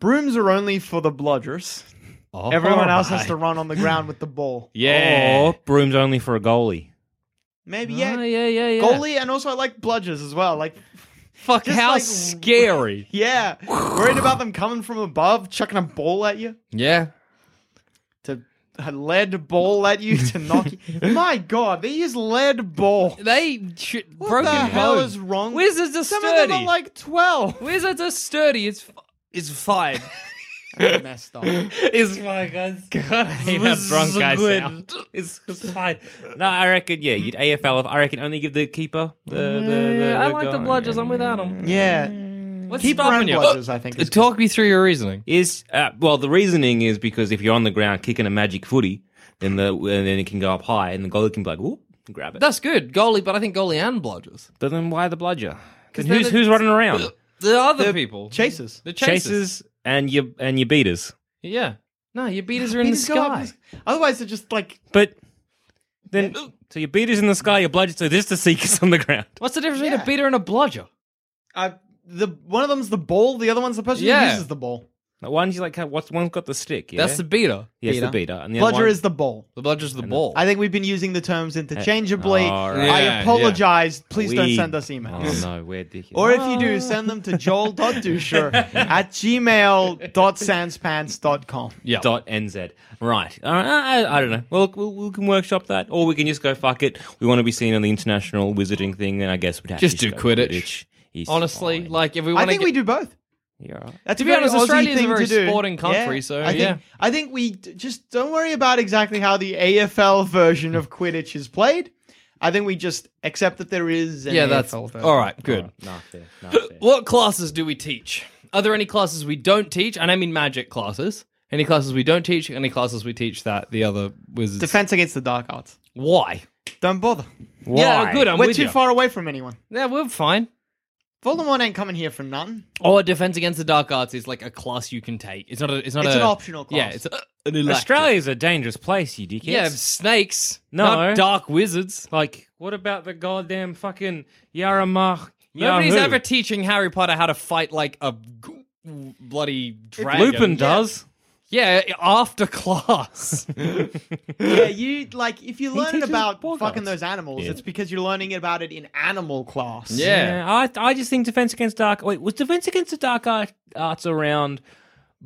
Speaker 3: brooms are only for the bludgers?
Speaker 1: Oh,
Speaker 3: Everyone else has to
Speaker 4: Alright.
Speaker 3: run on the ground with the ball. Oh.
Speaker 4: Yeah.
Speaker 1: Or brooms only for a goalie.
Speaker 3: Maybe
Speaker 4: Oh, yeah,
Speaker 3: yeah.
Speaker 4: yeah, yeah, yeah.
Speaker 3: Goalie, and also I like bludgers as well. Like,
Speaker 4: Fuck,
Speaker 3: Just
Speaker 4: how
Speaker 3: like-
Speaker 4: scary.
Speaker 3: yeah, worried about them coming from above, chucking a ball at you
Speaker 4: Yeah.
Speaker 3: to a lead ball at you to knock you. My God, they use lead ball.
Speaker 4: They should.
Speaker 3: What
Speaker 4: broken
Speaker 3: the hell
Speaker 4: bone.
Speaker 3: is wrong?
Speaker 4: Wizards are
Speaker 3: Some
Speaker 4: sturdy.
Speaker 3: of them are like twelve.
Speaker 4: Wizards are sturdy. It's, f- it's fine.
Speaker 3: messed up.
Speaker 1: It's my god. God, I hate how
Speaker 4: This
Speaker 1: drunk
Speaker 4: is
Speaker 1: I
Speaker 4: good.
Speaker 1: sound. It's it's fine. No, I reckon. Yeah, you'd AFL. If, I reckon only give the keeper the. the, the, the
Speaker 4: I like the
Speaker 1: goal.
Speaker 4: bludgers. I'm without them.
Speaker 3: Yeah,
Speaker 4: What's
Speaker 3: keep
Speaker 4: stopping
Speaker 3: running
Speaker 4: you?
Speaker 3: bludgers. I think. is good.
Speaker 4: Uh, Talk me through your reasoning.
Speaker 1: Is uh, well, the reasoning is because if you're on the ground kicking a magic footy, then the and then it can go up high, and the goalie can be like, "Whoop, grab it."
Speaker 4: That's good. Goalie, but I think goalie and bludgers.
Speaker 1: But then why the bludger? Because
Speaker 4: then
Speaker 1: who's
Speaker 4: it-
Speaker 1: who's running around?
Speaker 4: The other people.
Speaker 3: Chasers.
Speaker 4: The chasers.
Speaker 1: Chasers and your and your beaters.
Speaker 4: Yeah. No, your beaters are in the
Speaker 3: Beaters go up
Speaker 4: sky.
Speaker 3: Otherwise, they're just like
Speaker 1: But then so your beaters in the sky, your bludger. So there's the seekers on the ground.
Speaker 4: What's the difference between a
Speaker 3: Yeah.
Speaker 4: beater and a bludger?
Speaker 3: uh, the one of them's the ball, the other one's the person
Speaker 4: Yeah.
Speaker 3: who uses the ball.
Speaker 1: Like, one's like what's one's got the stick. Yeah?
Speaker 4: That's the beater.
Speaker 1: yeah, it's the beater. And the other
Speaker 3: Bludger
Speaker 1: one-
Speaker 3: is the ball.
Speaker 4: The bludger's the ball.
Speaker 3: I think we've been using the terms interchangeably.
Speaker 1: Eh, all right.
Speaker 3: I
Speaker 4: Yeah,
Speaker 3: apologize. Please don't
Speaker 1: We-
Speaker 3: send us emails.
Speaker 1: Oh no, we're Ah. dickheads.
Speaker 3: Or if you do, send them to joel.dusher at gmail.sanspants.com.
Speaker 4: yeah.
Speaker 1: dot nz. Right. Uh, I, I- I don't know. Well, we we can workshop that, or we can just go fuck it. We want to be seen on the international wizarding thing. Then I guess we'd have
Speaker 4: Just
Speaker 1: to
Speaker 4: do
Speaker 1: go
Speaker 4: Quidditch.
Speaker 1: It's
Speaker 4: Honestly,
Speaker 1: fine.
Speaker 4: like if we
Speaker 3: I
Speaker 4: want
Speaker 3: think we do both.
Speaker 1: You're all right.
Speaker 3: That's
Speaker 4: To
Speaker 3: a
Speaker 4: be
Speaker 3: very
Speaker 4: honest,
Speaker 3: Aussie
Speaker 4: Australia is a
Speaker 3: thing
Speaker 4: very
Speaker 3: to do.
Speaker 4: sporting country,
Speaker 3: Yeah.
Speaker 4: so,
Speaker 3: I think,
Speaker 4: yeah.
Speaker 3: I think we d- just don't worry about exactly how the AFL version of Quidditch is played. I think we just accept that there is an
Speaker 4: Yeah, that's
Speaker 3: AFL version.
Speaker 4: all right. Good.
Speaker 1: Nah, fair. Nah, fair.
Speaker 4: What classes do we teach? Are there any classes we don't teach? And I mean magic classes. Any classes we don't teach? Any classes we teach that the other wizards?
Speaker 3: Defense against the dark arts.
Speaker 4: Why?
Speaker 3: Don't bother.
Speaker 1: Why?
Speaker 4: Yeah, good. I'm
Speaker 3: We're
Speaker 4: with
Speaker 3: too
Speaker 4: you.
Speaker 3: far away from anyone.
Speaker 4: Yeah, we're fine.
Speaker 3: Voldemort ain't coming here for nothing.
Speaker 4: Or defense against the dark arts is like a class you can take. It's not a. It's not
Speaker 3: It's
Speaker 4: a-
Speaker 3: an optional class.
Speaker 4: Yeah, it's a, uh, an elective.
Speaker 1: Australia's a dangerous place, you dickheads.
Speaker 4: Yeah, snakes.
Speaker 1: No.
Speaker 4: not dark wizards.
Speaker 1: Like, what about the goddamn fucking Yaramach?
Speaker 4: Nobody's
Speaker 1: Yahoo?
Speaker 4: ever teaching Harry Potter how to fight like a g- bloody dragon.
Speaker 1: Lupin does.
Speaker 4: Yeah, after class.
Speaker 3: Yeah, you like if you're learning
Speaker 1: teaches
Speaker 3: about
Speaker 1: Bogarts.
Speaker 3: fucking those animals, it's because you're learning about it in animal class.
Speaker 4: yeah.
Speaker 1: I, I just think Defense Against Dark. Wait, was Defense Against the Dark Ar- Arts around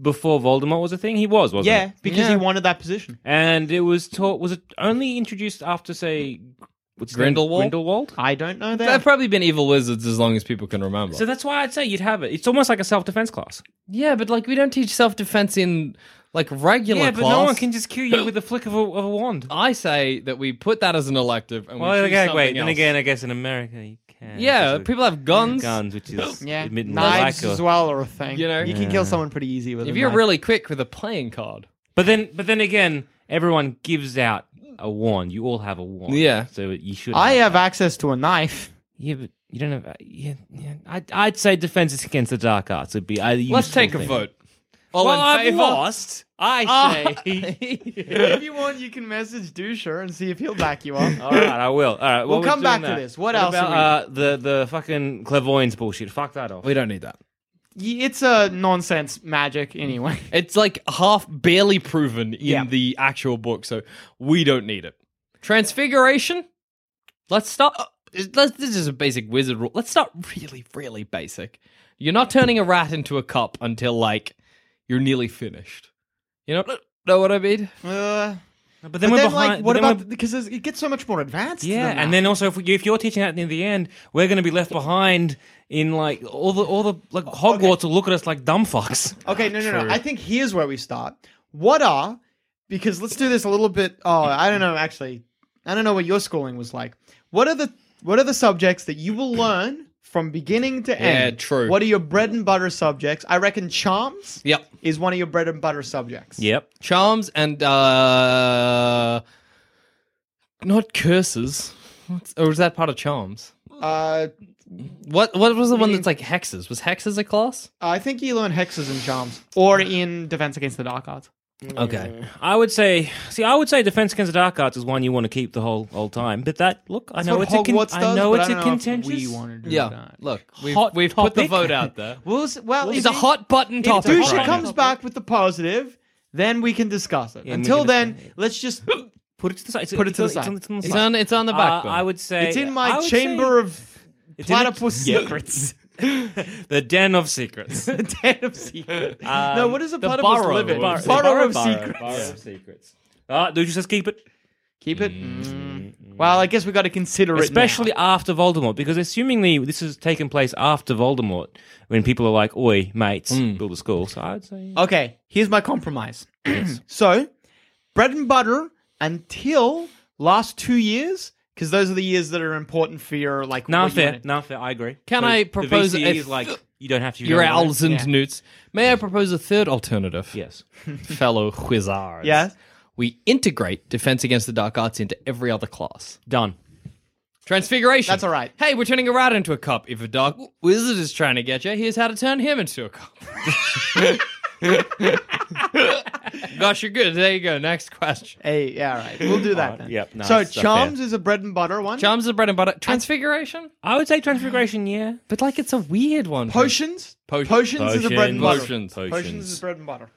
Speaker 1: before Voldemort was a thing? He was, wasn't
Speaker 3: yeah,
Speaker 1: he?
Speaker 3: because he wanted that position.
Speaker 1: And it was taught. Was it only introduced after, say, what's his name?
Speaker 4: Grindelwald?
Speaker 1: Grindelwald.
Speaker 3: I don't know
Speaker 4: They've
Speaker 3: that.
Speaker 4: probably been evil wizards as long as people can remember.
Speaker 1: So that's why I'd say you'd have it. It's almost like a self-defense class.
Speaker 4: yeah, but like we don't teach self defense in like regular
Speaker 1: yeah,
Speaker 4: class.
Speaker 1: but no one can just kill you with a flick of a, of a wand.
Speaker 4: I say that we put that as an elective. And we
Speaker 1: well,
Speaker 4: choose
Speaker 1: okay,
Speaker 4: something
Speaker 1: wait. And
Speaker 4: else.
Speaker 1: again, I guess in America you can.
Speaker 4: Yeah,
Speaker 1: because of
Speaker 4: people have guns.
Speaker 1: guns, which is
Speaker 3: yeah,
Speaker 1: admittedly
Speaker 3: knives
Speaker 1: like a-
Speaker 3: as well are a thing.
Speaker 4: You
Speaker 3: You
Speaker 4: know?
Speaker 3: can kill someone pretty easy with.
Speaker 4: If
Speaker 3: a
Speaker 4: you're
Speaker 3: knife.
Speaker 4: really quick with a playing card.
Speaker 1: But then, but then again, everyone gives out a wand. You all have a wand.
Speaker 4: Yeah.
Speaker 1: So you should.
Speaker 3: I
Speaker 1: have
Speaker 3: have access to a knife.
Speaker 1: Yeah, but you don't have. Yeah, yeah. I'd, I'd say defenses against the dark arts would be either.
Speaker 4: Let's
Speaker 1: useful
Speaker 4: take a
Speaker 1: thing.
Speaker 4: vote. All
Speaker 1: well,
Speaker 4: in
Speaker 1: I've
Speaker 4: favor?
Speaker 1: lost.
Speaker 3: Ah.
Speaker 1: I say.
Speaker 3: if you want, you can message Dusher and see if he'll back you up.
Speaker 1: all right, I will. All right, well,
Speaker 3: We'll
Speaker 1: we're
Speaker 3: come back
Speaker 1: doing
Speaker 3: to
Speaker 1: that.
Speaker 3: this. What else
Speaker 1: About,
Speaker 3: are
Speaker 1: uh, the the fucking clairvoyance bullshit. Fuck that off.
Speaker 4: We don't need that.
Speaker 3: Y- It's a nonsense magic anyway.
Speaker 4: It's like half barely proven in
Speaker 3: Yeah.
Speaker 4: the actual book, so we don't need it. Transfiguration. Let's start. uh, Let's, this is a basic wizard rule. Let's start really, really basic. You're not turning a rat into a cup until like you're nearly finished. You know, know what I mean?
Speaker 3: Uh,
Speaker 1: But then
Speaker 3: then,
Speaker 1: we're behind.
Speaker 3: like, what
Speaker 1: then
Speaker 3: about
Speaker 1: we're-
Speaker 3: because it gets so much more advanced?
Speaker 1: yeah,
Speaker 3: than
Speaker 1: and
Speaker 3: that.
Speaker 1: then also if, we, if you're teaching that near the end, we're going to be left behind in like all the all the like
Speaker 3: Oh,
Speaker 1: Hogwarts will look at us like dumb fucks.
Speaker 3: okay, no, no,
Speaker 4: True.
Speaker 3: no. I think here's where we start. What are because let's do this a little bit. Oh, I don't know. Actually, I don't know what your schooling was like. What are the what are the subjects that you will learn from beginning to end?
Speaker 4: true.
Speaker 3: What are your bread and butter subjects? I reckon charms
Speaker 4: Yep.
Speaker 3: is one of your bread and butter subjects.
Speaker 1: Yep.
Speaker 4: Charms and uh, not curses. What's, or is that part of charms?
Speaker 3: Uh,
Speaker 4: What What was the one
Speaker 3: Meaning-
Speaker 4: that's like hexes? Was hexes a class?
Speaker 3: I think you learn hexes and charms, or in Defense Against the Dark Arts.
Speaker 4: Okay.
Speaker 1: I would say, see, I would say Defense Against the Dark Arts is one you want to keep the whole whole time. But that, look, I know
Speaker 3: what
Speaker 1: it's a con-
Speaker 3: Hogwarts
Speaker 1: I
Speaker 3: does,
Speaker 1: know
Speaker 3: but
Speaker 1: it's
Speaker 3: I don't
Speaker 1: a
Speaker 3: know if
Speaker 1: contentious.
Speaker 3: We want to do
Speaker 4: Yeah.
Speaker 3: that.
Speaker 4: Look, we've,
Speaker 1: Hot
Speaker 4: we've put the
Speaker 1: topic.
Speaker 4: vote out there.
Speaker 3: We'll, s- well,
Speaker 4: It's a hot button topic.
Speaker 3: If Dusha
Speaker 4: right
Speaker 3: comes
Speaker 4: now.
Speaker 3: back with the positive, then we can discuss it.
Speaker 1: Yeah, and we
Speaker 3: Until
Speaker 1: can
Speaker 3: then,
Speaker 1: discuss
Speaker 3: let's just.
Speaker 1: Put it to the side. It's-
Speaker 3: Put it
Speaker 1: it's
Speaker 3: to the
Speaker 1: on-
Speaker 3: side.
Speaker 1: It's on, it's
Speaker 4: It's
Speaker 1: on
Speaker 4: on,
Speaker 1: the side.
Speaker 4: it's on the
Speaker 1: Uh,
Speaker 4: back.
Speaker 1: I would say
Speaker 3: It's in
Speaker 1: I
Speaker 3: my
Speaker 1: would
Speaker 3: chamber of
Speaker 1: say- it's in the-
Speaker 3: platypus
Speaker 1: Yeah.
Speaker 3: secrets.
Speaker 1: the den of secrets.
Speaker 3: the den of secrets. no,
Speaker 1: Um,
Speaker 3: what is a
Speaker 4: the
Speaker 3: platypus
Speaker 4: burrow
Speaker 3: live in?
Speaker 4: of-
Speaker 3: Burrow,
Speaker 4: the
Speaker 3: of secrets.
Speaker 1: Borrow of secrets. Ah, dude, just keep it.
Speaker 3: Keep it.
Speaker 1: Mm-hmm.
Speaker 3: Mm. Well, I guess we got to consider it. now.
Speaker 1: especially after Voldemort, because assumingly this has taken place after Voldemort, when people are like, "Oi, mates,
Speaker 3: Mm.
Speaker 1: build a school." So I'd say
Speaker 3: Okay, here's my compromise. so, bread and butter until last two years, because those are the years that are important for your like.
Speaker 1: nah,
Speaker 3: what you
Speaker 1: fair,
Speaker 3: wanna-
Speaker 1: nah, fair. I agree.
Speaker 4: Can
Speaker 1: So
Speaker 4: I
Speaker 1: the
Speaker 4: propose
Speaker 1: VCE
Speaker 4: a
Speaker 1: is like
Speaker 4: th-
Speaker 1: you don't have to. you
Speaker 4: Your
Speaker 1: don't want
Speaker 4: owls and
Speaker 3: Yeah.
Speaker 4: newts. May I propose a third alternative?
Speaker 1: it. Yes.
Speaker 4: Fellow wizards.
Speaker 3: Yes.
Speaker 4: We integrate Defense Against the Dark Arts into every other class.
Speaker 1: Done.
Speaker 4: Transfiguration.
Speaker 3: That's all right.
Speaker 4: Hey, we're turning a rat into a cup. If a dark wizard is trying to get you, here's how to turn him into a cup. Gosh, you're good. There you go. Next question.
Speaker 3: Hey, yeah, all right. We'll do that. then.
Speaker 1: yep, no,
Speaker 3: so
Speaker 1: it's, uh,
Speaker 3: charms is a bread and butter one.
Speaker 4: Charms is bread and butter. Transfiguration?
Speaker 1: I would say Transfiguration. Yeah.
Speaker 4: But like, it's a weird one.
Speaker 3: Potions.
Speaker 4: Potion-
Speaker 3: Potions is a bread and butter.
Speaker 4: Potions.
Speaker 3: Potions is bread and butter.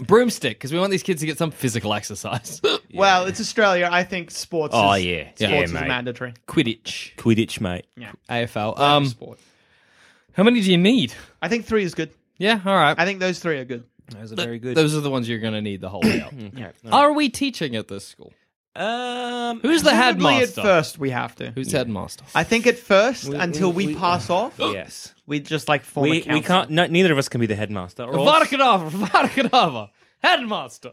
Speaker 4: Broomstick, because we want these kids to get some physical exercise.
Speaker 3: Well, it's Australia. I think sports.
Speaker 1: Oh,
Speaker 3: is,
Speaker 1: yeah.
Speaker 3: sports
Speaker 1: Yeah,
Speaker 3: is
Speaker 1: mate.
Speaker 3: mandatory.
Speaker 4: Quidditch.
Speaker 1: Quidditch, mate.
Speaker 4: AFL. Um,
Speaker 3: Sport.
Speaker 4: how many do you need?
Speaker 3: I think three is good.
Speaker 4: Yeah, all right.
Speaker 3: I think those three are good.
Speaker 1: Those are very good.
Speaker 4: Those are the ones you're going to need the whole way out.
Speaker 3: Yeah.
Speaker 4: Are we teaching at this school?
Speaker 1: um.
Speaker 4: Who's the
Speaker 3: Probably at
Speaker 4: headmaster?
Speaker 3: first we have to.
Speaker 4: Who's headmaster?
Speaker 3: I think at first until we,
Speaker 1: we-
Speaker 3: pass off,
Speaker 1: Yes.
Speaker 3: we just like form a
Speaker 1: We,
Speaker 3: council.
Speaker 1: we can't. No, neither of us can be the headmaster. or else
Speaker 4: Vadakanava, Vadakanava, headmaster.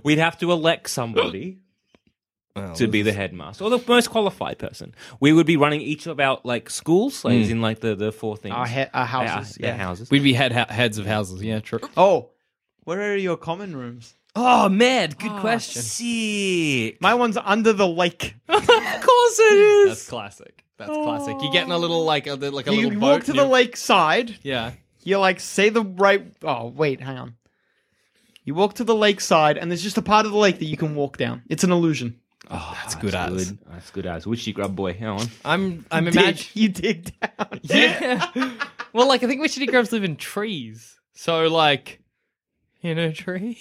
Speaker 1: We'd have to elect somebody. to be the headmaster or the most qualified person. We would be running each of our like schools, like, as in like the, the four things.
Speaker 3: Our, he- our houses.
Speaker 1: Our-
Speaker 3: yeah.
Speaker 1: their houses.
Speaker 4: We'd be head ha- heads of houses. Yeah, true.
Speaker 3: Oh, where are your common rooms?
Speaker 4: Oh, Med, good
Speaker 1: Ah,
Speaker 4: question.
Speaker 1: Sick.
Speaker 3: My one's under the lake.
Speaker 1: Of course it is.
Speaker 4: That's classic. That's classic. You get in a little like a like a
Speaker 3: you
Speaker 4: little
Speaker 3: walk
Speaker 4: boat.
Speaker 3: to
Speaker 4: and
Speaker 3: the
Speaker 4: you-
Speaker 3: lake side.
Speaker 4: Yeah.
Speaker 3: You like say the right. Oh wait, hang on. You walk to the lake side, and there's just a part of the lake that you can walk down. It's an illusion.
Speaker 1: Oh, that's
Speaker 4: good ass.
Speaker 1: Good. That's good ass. Wishy grub boy. Hang on.
Speaker 4: I'm I'm
Speaker 3: Dig,
Speaker 4: imagining.
Speaker 3: you dig down.
Speaker 4: Yeah. well, like I think witchetty grubs live in trees, so like in a tree.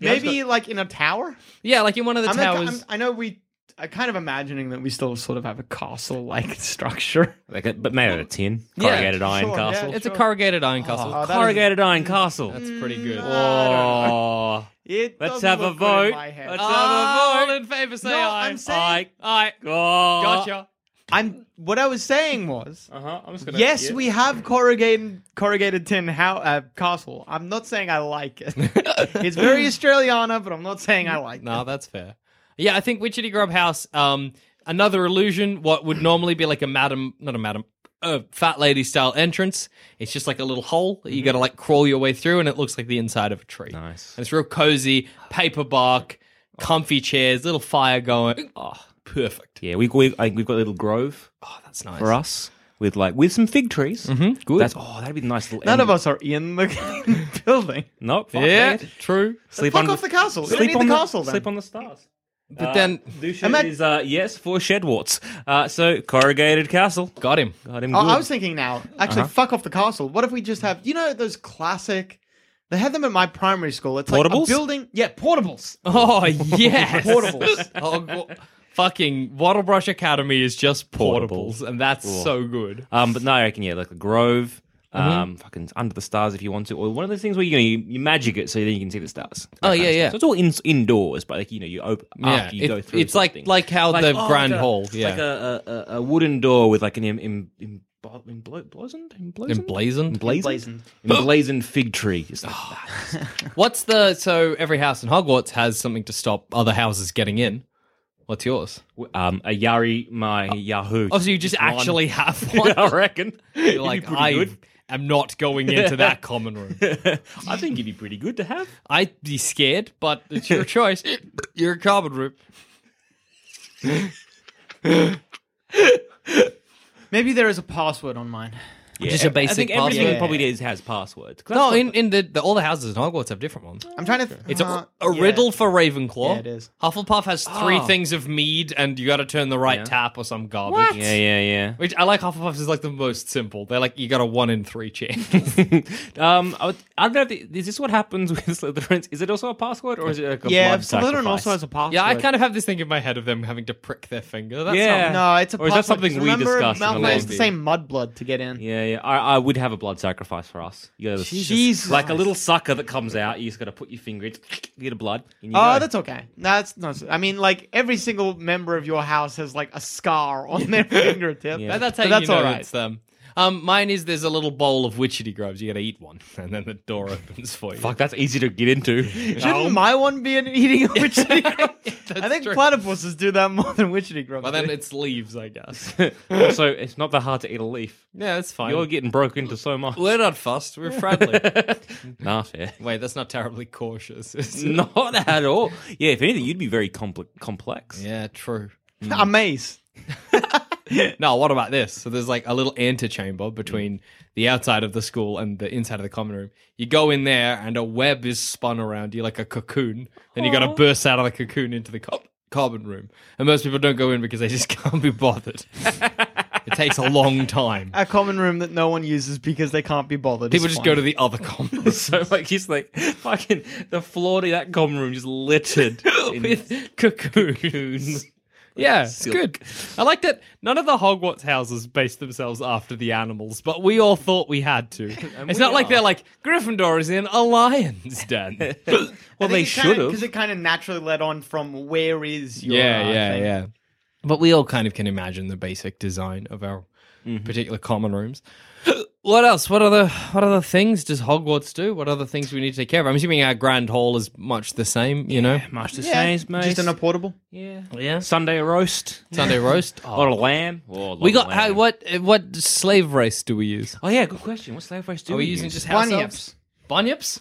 Speaker 3: Maybe like in a tower.
Speaker 4: yeah, like in one of the
Speaker 3: I'm not-
Speaker 4: towers.
Speaker 3: I'm- I know we. I'm kind of imagining that we still sort of have a castle like structure.
Speaker 1: Like a, but made out of tin.
Speaker 4: Yeah,
Speaker 1: Corrugated iron
Speaker 3: sure, yeah.
Speaker 1: castle.
Speaker 4: it's a
Speaker 3: sure.
Speaker 4: corrugated iron castle.
Speaker 3: Oh, that is-
Speaker 1: Corrugated iron castle.
Speaker 4: That's pretty good.
Speaker 1: Oh.
Speaker 3: It
Speaker 1: Let's
Speaker 3: doesn't
Speaker 1: have a
Speaker 3: look good in
Speaker 1: vote.
Speaker 3: my head.
Speaker 1: Let's-
Speaker 4: Oh, All in favour, say
Speaker 3: No,
Speaker 4: aye.
Speaker 3: I'm saying-
Speaker 4: aye. Aye.
Speaker 1: God.
Speaker 4: Gotcha.
Speaker 3: I'm. What I was saying was.
Speaker 1: Uh-huh. I'm just gonna,
Speaker 3: Yes, we have corrugated corrugated tin how, uh, castle. I'm not saying I like it. it's very Australiana, but I'm not saying I like
Speaker 4: No, that's fair. Yeah, I think Witchetty Grub House, um, another illusion, what would normally be like a madam, not a madam, a fat lady style entrance. It's just like a little hole that you gotta like crawl your way through and it looks like the inside of a tree.
Speaker 1: Mm-hmm. Nice. Oh.
Speaker 4: And it's real cozy, paperbark, comfy chairs, little fire going. Oh, perfect.
Speaker 1: Yeah, we, we I, we've got a little grove
Speaker 4: Oh, that's nice.
Speaker 1: for us with like with some fig trees. Mm-hmm. Good. That's oh, that'd be a nice little.
Speaker 3: None of
Speaker 1: end.
Speaker 3: us are in the building.
Speaker 1: Nope. fuck
Speaker 4: Yeah,
Speaker 1: that.
Speaker 4: true.
Speaker 1: Sleep
Speaker 3: Fuck
Speaker 1: on
Speaker 3: off the castle. We don't
Speaker 1: Sleep
Speaker 3: need
Speaker 1: on
Speaker 3: the castle then.
Speaker 1: Sleep on the stars.
Speaker 4: But then
Speaker 1: Dusha
Speaker 3: Ima-
Speaker 1: is uh, yes for Shedwarts. Uh, so corrugated castle.
Speaker 4: got him.
Speaker 1: Got him.
Speaker 3: Oh,
Speaker 1: good.
Speaker 3: I was thinking now. Actually,
Speaker 4: Uh-huh.
Speaker 3: fuck off the castle. What if we just have you know those classic? They had them at my primary school. It's like
Speaker 1: Portables?
Speaker 3: a building. Yeah, portables.
Speaker 4: Oh yes,
Speaker 3: Portables.
Speaker 4: Oh, go- fucking Wattle Brush Academy is just portables,
Speaker 1: Portables.
Speaker 4: and that's so good.
Speaker 1: Um, but no, I reckon yeah, like a grove.
Speaker 4: Mm-hmm.
Speaker 1: Um, fucking under the stars if you want to, or one of those things where you know you, you magic it so then you can see the stars. That
Speaker 4: Oh,
Speaker 1: kind of
Speaker 4: yeah,
Speaker 1: stuff.
Speaker 4: yeah.
Speaker 1: So it's all in, indoors, but like you know you open after you
Speaker 4: it-
Speaker 1: go through.
Speaker 4: it's like
Speaker 1: something.
Speaker 4: like how the
Speaker 1: oh,
Speaker 4: grand
Speaker 1: like a-
Speaker 4: hall, yeah,
Speaker 1: like a, a- a, a wooden door with like an em, em, em, bo- emblo- blazoned, emblazoned, emblazoned,
Speaker 4: emblazoned.
Speaker 3: Emblazoned.
Speaker 1: emblazoned fig tree. It's like that.
Speaker 4: What's the so every house in Hogwarts has something to stop other houses getting in. What's yours?
Speaker 1: um, a Yari my Yahoo.
Speaker 4: Oh, so you just, actually have one.
Speaker 1: I reckon.
Speaker 4: You're like I am not going into that common room.
Speaker 1: I think it'd be pretty good to have.
Speaker 4: I'd be scared, but it's your choice. You're a carbon room.
Speaker 3: Maybe there is a password on mine.
Speaker 1: Yeah,
Speaker 4: Just a
Speaker 1: ev- I
Speaker 4: basic
Speaker 1: think everything
Speaker 3: password.
Speaker 1: probably is has passwords. 'Cause
Speaker 4: No,
Speaker 1: that's
Speaker 4: in,
Speaker 1: what
Speaker 4: in the, the all the houses in Hogwarts have different ones.
Speaker 3: I'm trying to. Th-
Speaker 4: It's a,
Speaker 3: uh,
Speaker 4: a
Speaker 3: yeah.
Speaker 4: riddle for Ravenclaw.
Speaker 3: Yeah, it is.
Speaker 4: Hufflepuff has three
Speaker 1: Oh.
Speaker 4: things of mead, and you got to turn the right tap or some garbage.
Speaker 1: the- yeah, yeah,
Speaker 4: Which I like. Hufflepuff is like the most simple. They're like you got a one in three chance.
Speaker 1: yeah. Um, I, would, I don't know. If the, is this what happens with Slytherins? Is it also a password, or is it like a
Speaker 3: Yeah,
Speaker 1: blood
Speaker 3: Slytherin
Speaker 1: sacrifice?
Speaker 3: also has a password.
Speaker 4: yeah, I kind of have this thing in my head of them having to prick their finger. That's
Speaker 1: Yeah.
Speaker 4: not-
Speaker 3: No, it's a.
Speaker 1: Or is that
Speaker 3: password.
Speaker 1: something
Speaker 3: Just
Speaker 1: we
Speaker 3: remember
Speaker 1: discussed in the
Speaker 3: Malfoy has
Speaker 1: last
Speaker 3: the
Speaker 1: bit?
Speaker 3: same mudblood to get in.
Speaker 1: Yeah, yeah. I, I would have a blood sacrifice for us. You gotta-
Speaker 3: Jesus.
Speaker 1: like a little sucker that comes out. You just got to put your finger. in, You get a blood. and you
Speaker 3: Oh,
Speaker 1: go.
Speaker 3: that's okay. That's not. I mean, like every single member of your house has like a scar on their fingertip.
Speaker 1: Yeah.
Speaker 4: But that's how
Speaker 3: But
Speaker 4: you
Speaker 3: that's
Speaker 4: know
Speaker 3: all right.
Speaker 4: it's them. Um, mine is there's a little bowl of witchetty groves. You got to eat one, and then the door opens for you.
Speaker 1: fuck. That's easy to get into.
Speaker 3: Shouldn't my one be an eating a witchetty grub? I
Speaker 4: That's
Speaker 3: think
Speaker 4: true.
Speaker 3: platypuses do that more than witchetty grubs.
Speaker 4: But then
Speaker 3: do.
Speaker 4: it's leaves, I guess.
Speaker 1: also, it's not that hard to eat a leaf.
Speaker 4: yeah, that's fine.
Speaker 1: You're getting broke into so much.
Speaker 4: We're not fussed. We're friendly.
Speaker 1: nah, fair.
Speaker 4: Wait, that's not terribly cautious. is it?
Speaker 1: Not at all. Yeah, if anything, you'd be very compl- complex.
Speaker 4: Yeah, true.
Speaker 3: a maze.
Speaker 4: No, what about this? So there's like a little antechamber between the outside of the school and the inside of the common room. You go in there and a web is spun around you like a cocoon. Then you got to burst out of the cocoon into the co- common room. And most people don't go in because they just can't be bothered. it takes a long time.
Speaker 3: A common room that no one uses because they can't be bothered.
Speaker 4: People
Speaker 3: It's
Speaker 4: just go
Speaker 3: fine.
Speaker 4: to the other common room.
Speaker 1: So like he's like fucking the floor to that common room just littered in
Speaker 4: with cocoons. Yeah, it's
Speaker 1: silk.
Speaker 4: good. I like that none of the Hogwarts houses base themselves after the animals, but we all thought we had to. it's
Speaker 1: we
Speaker 4: not like
Speaker 1: are.
Speaker 4: they're like Gryffindor is in a lion's den.
Speaker 1: well, they should
Speaker 3: because
Speaker 1: have.
Speaker 3: it kind of naturally led on from where is your uh, thing.
Speaker 4: yeah. But we all kind of can imagine the basic design of our
Speaker 1: Mm-hmm.
Speaker 4: particular common rooms. what else? What other what other things does Hogwarts do? What other things we need to take care of? I'm assuming our grand hall is much the same, you know.
Speaker 1: Much the
Speaker 3: Yeah,
Speaker 1: same, mate.
Speaker 3: just in a portable.
Speaker 1: yeah.
Speaker 4: Yeah.
Speaker 1: Sunday roast.
Speaker 4: Sunday roast.
Speaker 1: A lot of lamb. Oh, a lot
Speaker 4: we
Speaker 1: of
Speaker 4: got
Speaker 1: lamb.
Speaker 4: how, what uh, what slave race do we use?
Speaker 1: Oh yeah, good question. What's slave race do?
Speaker 4: Are we
Speaker 1: we
Speaker 4: using
Speaker 1: use?
Speaker 4: just house
Speaker 3: Bunyips,
Speaker 4: elves? Bunyips?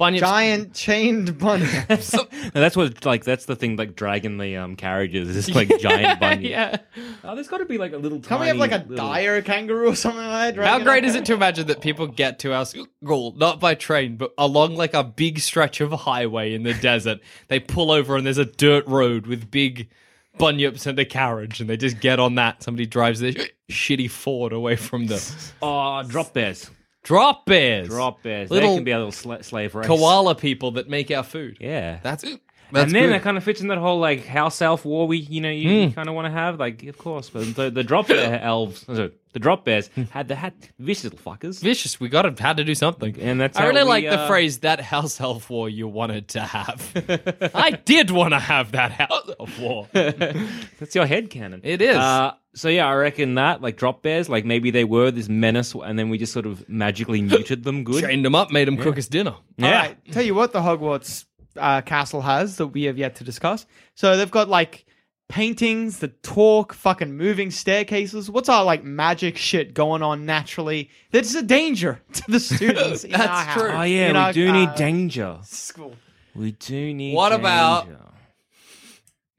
Speaker 4: Bunyips.
Speaker 3: giant chained bunyips.
Speaker 1: No, that's what like that's the thing like dragging the um carriages is just, like giant bunny.
Speaker 4: yeah.
Speaker 1: Oh, there's got to be like a little.
Speaker 3: Can't we have like a dire kangaroo or something like that?
Speaker 4: How
Speaker 3: dragging
Speaker 4: great
Speaker 3: it?
Speaker 4: is it to imagine that people get to our school, not by train, but along like a big stretch of highway in the desert? They pull over and there's a dirt road with big bunyips and a carriage, and they just get on that. Somebody drives their shitty Ford away from them.
Speaker 1: Oh, drop bears.
Speaker 4: Drop bears.
Speaker 1: Drop bears.
Speaker 4: Little
Speaker 1: they can be a little sla- slave race.
Speaker 4: Koala people that make our food.
Speaker 1: Yeah.
Speaker 4: That's
Speaker 1: and then
Speaker 4: good. Hmm.
Speaker 1: that kind of fits in that whole like house elf war we you know you, kind of want to have like of course but the, the drop bear elves sorry, the drop bears had the had vicious little fuckers
Speaker 4: vicious. We got to had to do something.
Speaker 1: And that's
Speaker 4: I
Speaker 1: how
Speaker 4: really
Speaker 1: we,
Speaker 4: like the
Speaker 1: uh,
Speaker 4: phrase that house elf war you wanted to have. I did want to have that house elf war.
Speaker 1: that's your head cannon
Speaker 4: It is.
Speaker 1: uh, so yeah I reckon that like drop bears like maybe they were this menace and then we just sort of magically muted them good
Speaker 4: Trained him up, made him cook his dinner.
Speaker 1: yeah
Speaker 3: All right, tell you what the Hogwarts uh, castle has that we have yet to discuss. So they've got like paintings that talk, fucking moving staircases. What's our like magic shit going on naturally? That's a danger to the students. in
Speaker 4: That's
Speaker 3: our house,
Speaker 4: true.
Speaker 1: oh yeah
Speaker 3: in
Speaker 1: we
Speaker 3: our,
Speaker 1: do need
Speaker 3: uh,
Speaker 1: danger
Speaker 3: School.
Speaker 1: we do need
Speaker 4: What about-
Speaker 1: danger.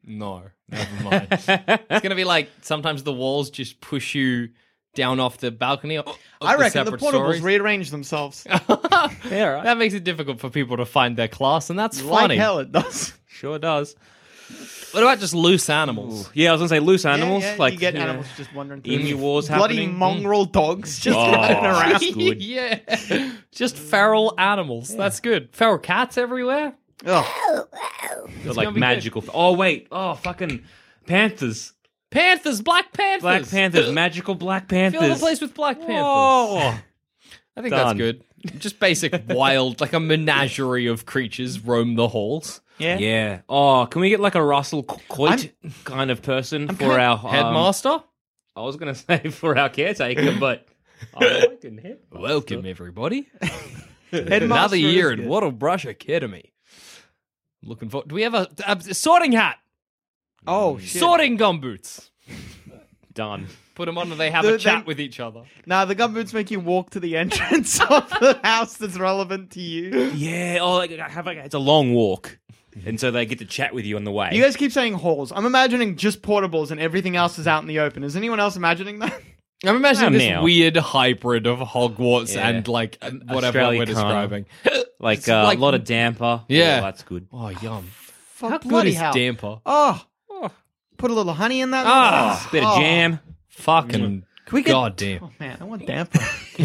Speaker 4: No, never mind. it's gonna be like sometimes the walls just push you down off the balcony. Of
Speaker 3: I reckon the
Speaker 4: separate
Speaker 3: portables
Speaker 4: stories.
Speaker 3: rearrange themselves.
Speaker 1: Yeah, right.
Speaker 4: that makes it difficult for people to find their class, and that's
Speaker 3: like
Speaker 4: funny.
Speaker 3: hell, it does.
Speaker 4: Sure does. What about just loose animals?
Speaker 1: Yeah, I was gonna say loose animals,
Speaker 3: yeah, yeah,
Speaker 1: like
Speaker 3: you get
Speaker 1: you know,
Speaker 3: animals just wandering through.
Speaker 1: emu wars
Speaker 3: Bloody
Speaker 1: happening.
Speaker 3: mongrel dogs just
Speaker 4: Mm.
Speaker 1: Oh.
Speaker 3: running around.
Speaker 1: That's good.
Speaker 4: yeah, just feral animals. That's good. Feral cats everywhere.
Speaker 3: Ugh.
Speaker 1: Got,
Speaker 4: gonna
Speaker 1: like
Speaker 4: be good.
Speaker 1: magical. Oh wait, oh fucking panthers,
Speaker 4: Panthers, black panthers,
Speaker 1: black panthers, magical black panthers.
Speaker 4: Fill the place with black panthers.
Speaker 1: Whoa.
Speaker 4: I think
Speaker 1: Done.
Speaker 4: that's good. Just basic wild, like a menagerie of creatures roam the halls.
Speaker 3: Yeah.
Speaker 1: Yeah. Oh, can we get like a Russell Co- Coit kind of person for
Speaker 3: kinda-
Speaker 1: our um,
Speaker 4: Headmaster,
Speaker 1: I was gonna say for our caretaker, but I fucking hit.
Speaker 4: welcome everybody.
Speaker 3: Headmaster
Speaker 4: Another year
Speaker 3: is
Speaker 4: in
Speaker 3: good.
Speaker 4: Wattle Brush Academy. Looking for. Do we have a, a sorting hat?
Speaker 3: Oh shit.
Speaker 4: Sorting gumboots.
Speaker 1: Done.
Speaker 4: Put them on and they have
Speaker 3: The-
Speaker 4: a chat
Speaker 3: they-
Speaker 4: with each other.
Speaker 3: Nah, the gumboots make you walk to the entrance of the house that's relevant to you.
Speaker 1: Yeah. Oh, like I have like it's a long walk, and so they get to chat with you on the way.
Speaker 3: You guys keep saying halls. I'm imagining just portables and everything else is out in the open. Is anyone else imagining that?
Speaker 4: I'm imagining
Speaker 1: Not
Speaker 4: this
Speaker 1: now.
Speaker 4: weird hybrid of Hogwarts
Speaker 1: Yeah.
Speaker 4: and like whatever
Speaker 1: Australia
Speaker 4: we're
Speaker 1: can't.
Speaker 4: describing.
Speaker 1: like
Speaker 4: It's
Speaker 1: uh,
Speaker 4: like-
Speaker 1: a lot of damper.
Speaker 4: Yeah.
Speaker 1: Oh, that's good.
Speaker 4: oh, yum.
Speaker 3: Fuck,
Speaker 4: How good
Speaker 3: bloody
Speaker 4: is
Speaker 3: hell.
Speaker 4: damper?
Speaker 3: Oh. Put a little honey in that.
Speaker 4: Ah,
Speaker 3: nonsense.
Speaker 1: Bit of
Speaker 3: Oh.
Speaker 1: jam.
Speaker 4: Fucking
Speaker 3: we get-
Speaker 4: goddamn.
Speaker 3: Oh man, I want damper.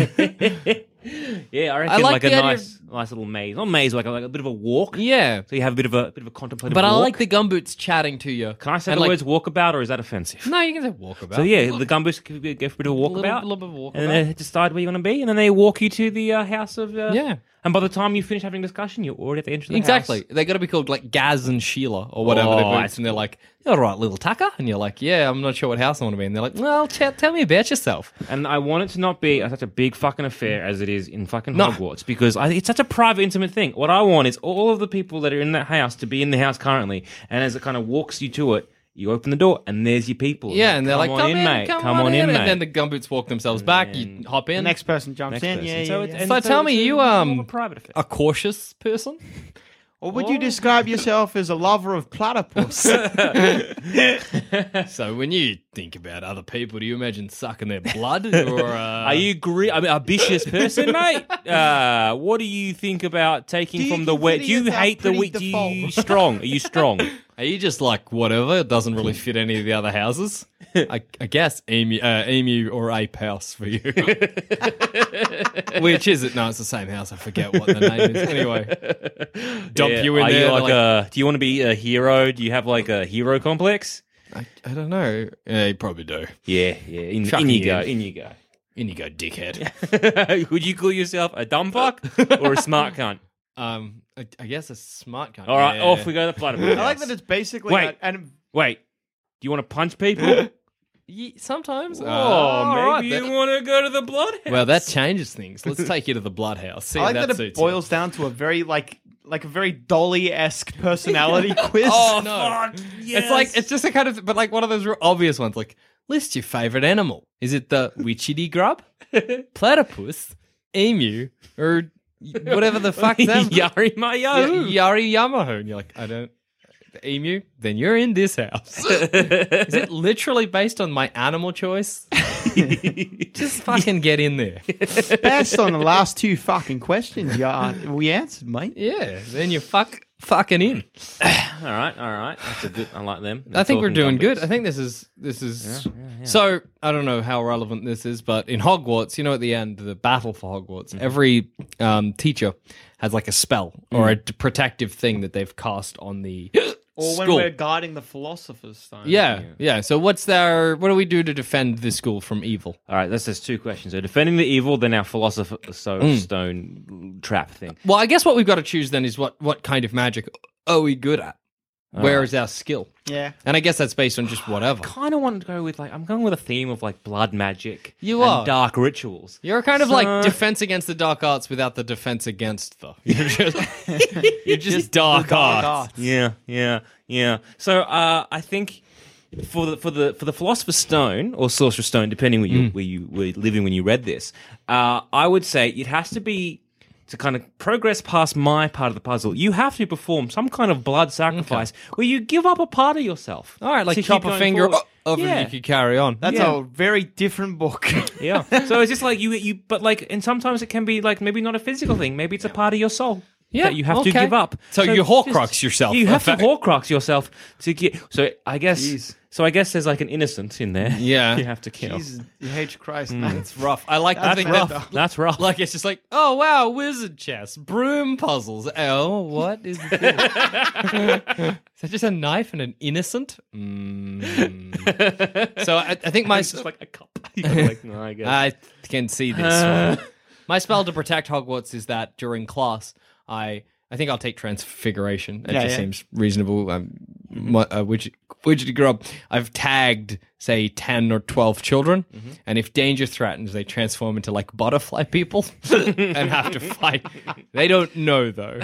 Speaker 1: yeah, I reckon
Speaker 4: like
Speaker 1: like,
Speaker 4: the
Speaker 1: a
Speaker 4: idea of-
Speaker 1: nice, nice little maze. Not maze, like a, like a bit of a walk.
Speaker 4: Yeah,
Speaker 1: So you have a bit of a bit of a contemplative.
Speaker 4: but I
Speaker 1: walk.
Speaker 4: like the gumboots chatting to you.
Speaker 1: Can I say
Speaker 4: And,
Speaker 1: the
Speaker 4: like-
Speaker 1: words walkabout, or is that offensive?
Speaker 4: No, you can say walkabout.
Speaker 1: So yeah, the gumboots give you- give a bit of a
Speaker 4: little,
Speaker 1: walkabout,
Speaker 4: little bit of walkabout.
Speaker 1: and then they decide where you're going to be, and then they walk you to the uh, house of uh,
Speaker 4: Yeah.
Speaker 1: And by the time you finish having discussion, you're already at the entrance. Of the
Speaker 4: Exactly.
Speaker 1: House.
Speaker 4: They got to be called like Gaz and Sheila or whatever
Speaker 1: Oh,
Speaker 4: they're called.
Speaker 1: that's
Speaker 4: And they're like, "You're all right, little Tucker," and you're like, "Yeah, I'm not sure what house I want to be." in." they're like, "Well, t- tell me about yourself."
Speaker 1: And I want it to not be such a big fucking affair as it is in fucking
Speaker 4: No.
Speaker 1: Hogwarts because I, it's such a private, intimate thing. What I want is all of the people that are in that house to be in the house currently, and as it kind of walks you to it, you open the door and there's your people.
Speaker 4: Yeah, and they're like,
Speaker 1: "Come on in, mate. Come, on in,
Speaker 4: and
Speaker 1: mate." Mm.
Speaker 4: then the gumboots walk themselves back. You hop in.
Speaker 3: Next person jumps
Speaker 1: Next
Speaker 3: in.
Speaker 1: person.
Speaker 3: Yeah,
Speaker 1: so
Speaker 3: yeah,
Speaker 1: it-
Speaker 3: yeah.
Speaker 1: and
Speaker 4: So
Speaker 1: so
Speaker 4: tell me,
Speaker 1: it's a-
Speaker 4: you,
Speaker 1: more of
Speaker 4: um,
Speaker 1: a private affair.
Speaker 4: a cautious person.
Speaker 3: Or would you describe yourself as a lover of platypus?
Speaker 4: So when you think about other people, do you imagine sucking their blood? Or uh,
Speaker 1: Are you gri- I mean, ambitious person, mate? Uh, what do you think about taking
Speaker 3: Do you
Speaker 1: from the wet? Do
Speaker 3: consider
Speaker 1: you
Speaker 3: yourself
Speaker 1: hate the
Speaker 3: pretty
Speaker 1: weak? Do you
Speaker 3: default?
Speaker 1: strong? Are you strong?
Speaker 4: Are you just like whatever? It doesn't really fit any of the other houses. I, I guess emu, uh, emu or ape house for you. Which is it? No, it's the same house. I forget what the name is. Anyway, dump
Speaker 1: Yeah,
Speaker 4: you in
Speaker 1: are
Speaker 4: there.
Speaker 1: You like,
Speaker 4: like,
Speaker 1: a, do you want to be a hero? Do you have like a hero complex?
Speaker 4: I, I don't know. Yeah, you probably do.
Speaker 1: Yeah, yeah. In,
Speaker 4: Chuck
Speaker 1: in you
Speaker 4: me
Speaker 1: go.
Speaker 4: in.
Speaker 1: In you go.
Speaker 4: In you go, dickhead.
Speaker 1: Would you call yourself a dumb fuck or a smart cunt?
Speaker 4: um, I, I guess a smart guy.
Speaker 1: All right,
Speaker 4: Yeah.
Speaker 1: off we go to the platypus.
Speaker 3: I like that it's basically
Speaker 1: Wait.
Speaker 3: a- and
Speaker 1: Wait, do you want to punch people?
Speaker 4: Ye- sometimes.
Speaker 1: oh,
Speaker 4: Uh, all
Speaker 1: maybe
Speaker 4: right
Speaker 1: you
Speaker 4: then.
Speaker 1: want to go to the blood.
Speaker 4: Well, that changes things. Let's take you to the blood house. See
Speaker 3: I like
Speaker 4: if
Speaker 3: that,
Speaker 4: that,
Speaker 3: it
Speaker 4: suits you.
Speaker 3: boils down to a very like like a very Dolly esque personality quiz.
Speaker 4: Oh, no.
Speaker 1: fuck! Yes.
Speaker 4: It's like it's just a kind of but like one of those real obvious ones. Like list your favorite animal. Is it the witchetty grub, platypus, emu, or whatever the fuck that
Speaker 1: Yari my
Speaker 4: Y-
Speaker 1: yahoo.
Speaker 4: Yari Yamaho? And you're like, I don't. The emu? Then you're in this house. Is it literally based on my animal choice? just fucking get in there.
Speaker 3: Based on the last two fucking questions, yeah, we answered, mate.
Speaker 4: Yeah. Then you fuck fucking in.
Speaker 1: All right, all right. That's a good. I like them.
Speaker 4: I think we're doing good. I think this is this is so. I don't know how relevant this is, but in Hogwarts, you know, at the end, the battle for Hogwarts,
Speaker 3: Mm-hmm.
Speaker 4: every um, teacher has like a spell or a d- protective thing that they've cast on the
Speaker 3: Mm. Or when
Speaker 4: school.
Speaker 3: we're guarding the philosopher's stone.
Speaker 4: yeah, yeah. So what's their? What do we do to defend this school from evil?
Speaker 1: All right, that's just two questions. So defending the evil, then our philosopher so stone trap thing.
Speaker 4: Well, I guess what we've got to choose then is what what kind of magic are we good at? Where is our skill?
Speaker 3: Yeah.
Speaker 4: And I guess that's based on
Speaker 3: Ah,
Speaker 4: just whatever.
Speaker 1: Kind of want to go with like I'm going with a theme of like blood magic.
Speaker 4: You
Speaker 1: and
Speaker 4: are.
Speaker 1: dark rituals.
Speaker 4: You're kind of like
Speaker 1: So-
Speaker 4: defense against the dark arts without the defense against the. You're just, you're just, dark,
Speaker 1: Oh,
Speaker 3: dark
Speaker 4: arts.
Speaker 3: arts.
Speaker 1: Yeah, yeah, yeah. So uh, I think for the for the for the philosopher's stone or sorcerer's
Speaker 4: Mm.
Speaker 1: stone, depending where you where you were living when you read this, uh, I would say it has to be to kind of progress past my part of the puzzle, you have to perform some kind of blood sacrifice where you give up a part of yourself.
Speaker 4: All right, like
Speaker 1: to keep
Speaker 4: chop a
Speaker 1: going
Speaker 4: finger
Speaker 1: forward.
Speaker 4: o- off
Speaker 1: Yeah.
Speaker 4: and you could carry on.
Speaker 3: That's
Speaker 1: Yeah.
Speaker 3: a very different book.
Speaker 1: Yeah. So it's just like you, you, but like, and sometimes it can be like maybe not a physical thing. Maybe it's a part of your soul
Speaker 4: Yeah,
Speaker 1: that you have to
Speaker 4: okay.
Speaker 1: give up.
Speaker 4: So you
Speaker 1: just-
Speaker 4: Horcrux yourself,
Speaker 1: You
Speaker 4: in
Speaker 1: have to
Speaker 4: fact.
Speaker 1: Horcrux yourself to get. So I guess.
Speaker 3: Jeez.
Speaker 1: So I guess there's like an innocent in there.
Speaker 4: Yeah.
Speaker 1: You have to kill.
Speaker 3: Jesus H Christ, man. It's
Speaker 4: rough. I like
Speaker 3: That's
Speaker 4: that thing.
Speaker 3: rough.
Speaker 4: that-
Speaker 1: That's rough.
Speaker 4: Like it's just like, oh wow, wizard chess, broom puzzles. Oh, what is this? is that just a knife and an innocent? Mm. so I, I think my
Speaker 1: it's just like a cup. You gotta like, no, I guess.
Speaker 4: I can see this. one. My spell to protect Hogwarts is that during class, I I think I'll take Transfiguration. It
Speaker 3: Yeah,
Speaker 4: just
Speaker 3: yeah.
Speaker 4: seems reasonable. Um, my, uh, widget, widget grew up. I've tagged say ten or twelve children,
Speaker 3: Mm-hmm.
Speaker 4: and if danger threatens, they transform into like butterfly people and have to fight. They don't know though,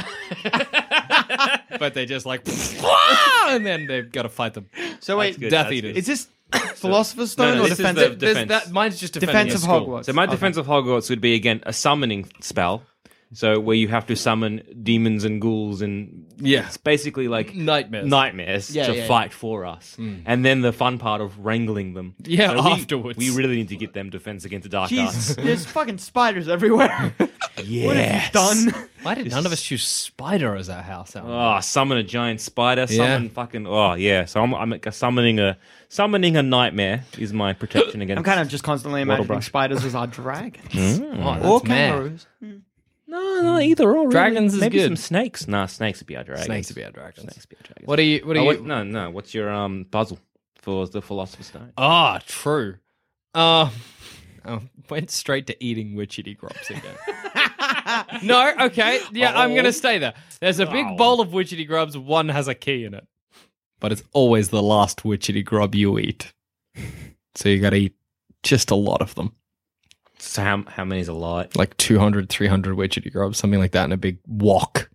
Speaker 4: but they just like and then they've got to fight them.
Speaker 3: so wait,
Speaker 1: good.
Speaker 4: Death
Speaker 1: That's
Speaker 4: Eaters.
Speaker 1: good.
Speaker 3: is this Philosopher's Stone
Speaker 1: no,
Speaker 3: or
Speaker 1: this is
Speaker 3: defense?
Speaker 1: the-
Speaker 4: There's
Speaker 1: defense.
Speaker 4: that- mine's just defending
Speaker 3: defense
Speaker 4: a
Speaker 3: of
Speaker 4: school.
Speaker 3: Hogwarts.
Speaker 1: So my defense of Hogwarts would be again a summoning spell. So where you have to summon demons and ghouls and
Speaker 4: Yeah.
Speaker 1: it's basically
Speaker 4: Mm.
Speaker 1: like
Speaker 4: Nightmares.
Speaker 1: nightmares
Speaker 4: Yeah,
Speaker 1: to
Speaker 4: yeah, yeah.
Speaker 1: fight for us, and then the fun part of wrangling them.
Speaker 4: Yeah,
Speaker 1: we-
Speaker 4: afterwards.
Speaker 1: we, really need to get them defense against the dark
Speaker 3: Jesus,
Speaker 1: arts.
Speaker 3: there's fucking spiders everywhere.
Speaker 1: Yeah,
Speaker 3: Done.
Speaker 4: Why did none of us choose spider as our house? Alan?
Speaker 1: Oh, summon a giant spider. Summon
Speaker 4: Yeah.
Speaker 1: fucking. Oh yeah. So I'm, I'm summoning a summoning a nightmare is my protection against.
Speaker 3: I'm kind of just constantly imagining
Speaker 1: brush. Mm.
Speaker 3: spiders as our dragons
Speaker 4: Oh, that's
Speaker 3: or
Speaker 4: mad.
Speaker 3: kangaroos.
Speaker 1: no, no, either or. Really.
Speaker 4: Dragons is
Speaker 1: Maybe
Speaker 4: good.
Speaker 1: some snakes. Nah, snakes would be our dragons.
Speaker 4: Snakes would be our dragons.
Speaker 1: Snakes would be our dragons.
Speaker 4: What are you? What are
Speaker 1: Oh,
Speaker 4: you?
Speaker 1: wait, no, no. What's your um puzzle for the Philosopher's Stone?
Speaker 4: Ah, true. Uh, I went straight to eating witchetty grubs again. no, okay, yeah, I'm
Speaker 1: Oh.
Speaker 4: gonna stay there. There's a big bowl of witchetty grubs. One has a key in it, but it's always the last witchetty grub you eat. So you gotta eat just a lot of them,
Speaker 1: So how, how many is a lot?
Speaker 4: like 200, 300 witchetty grubs, something like that, in a big wok.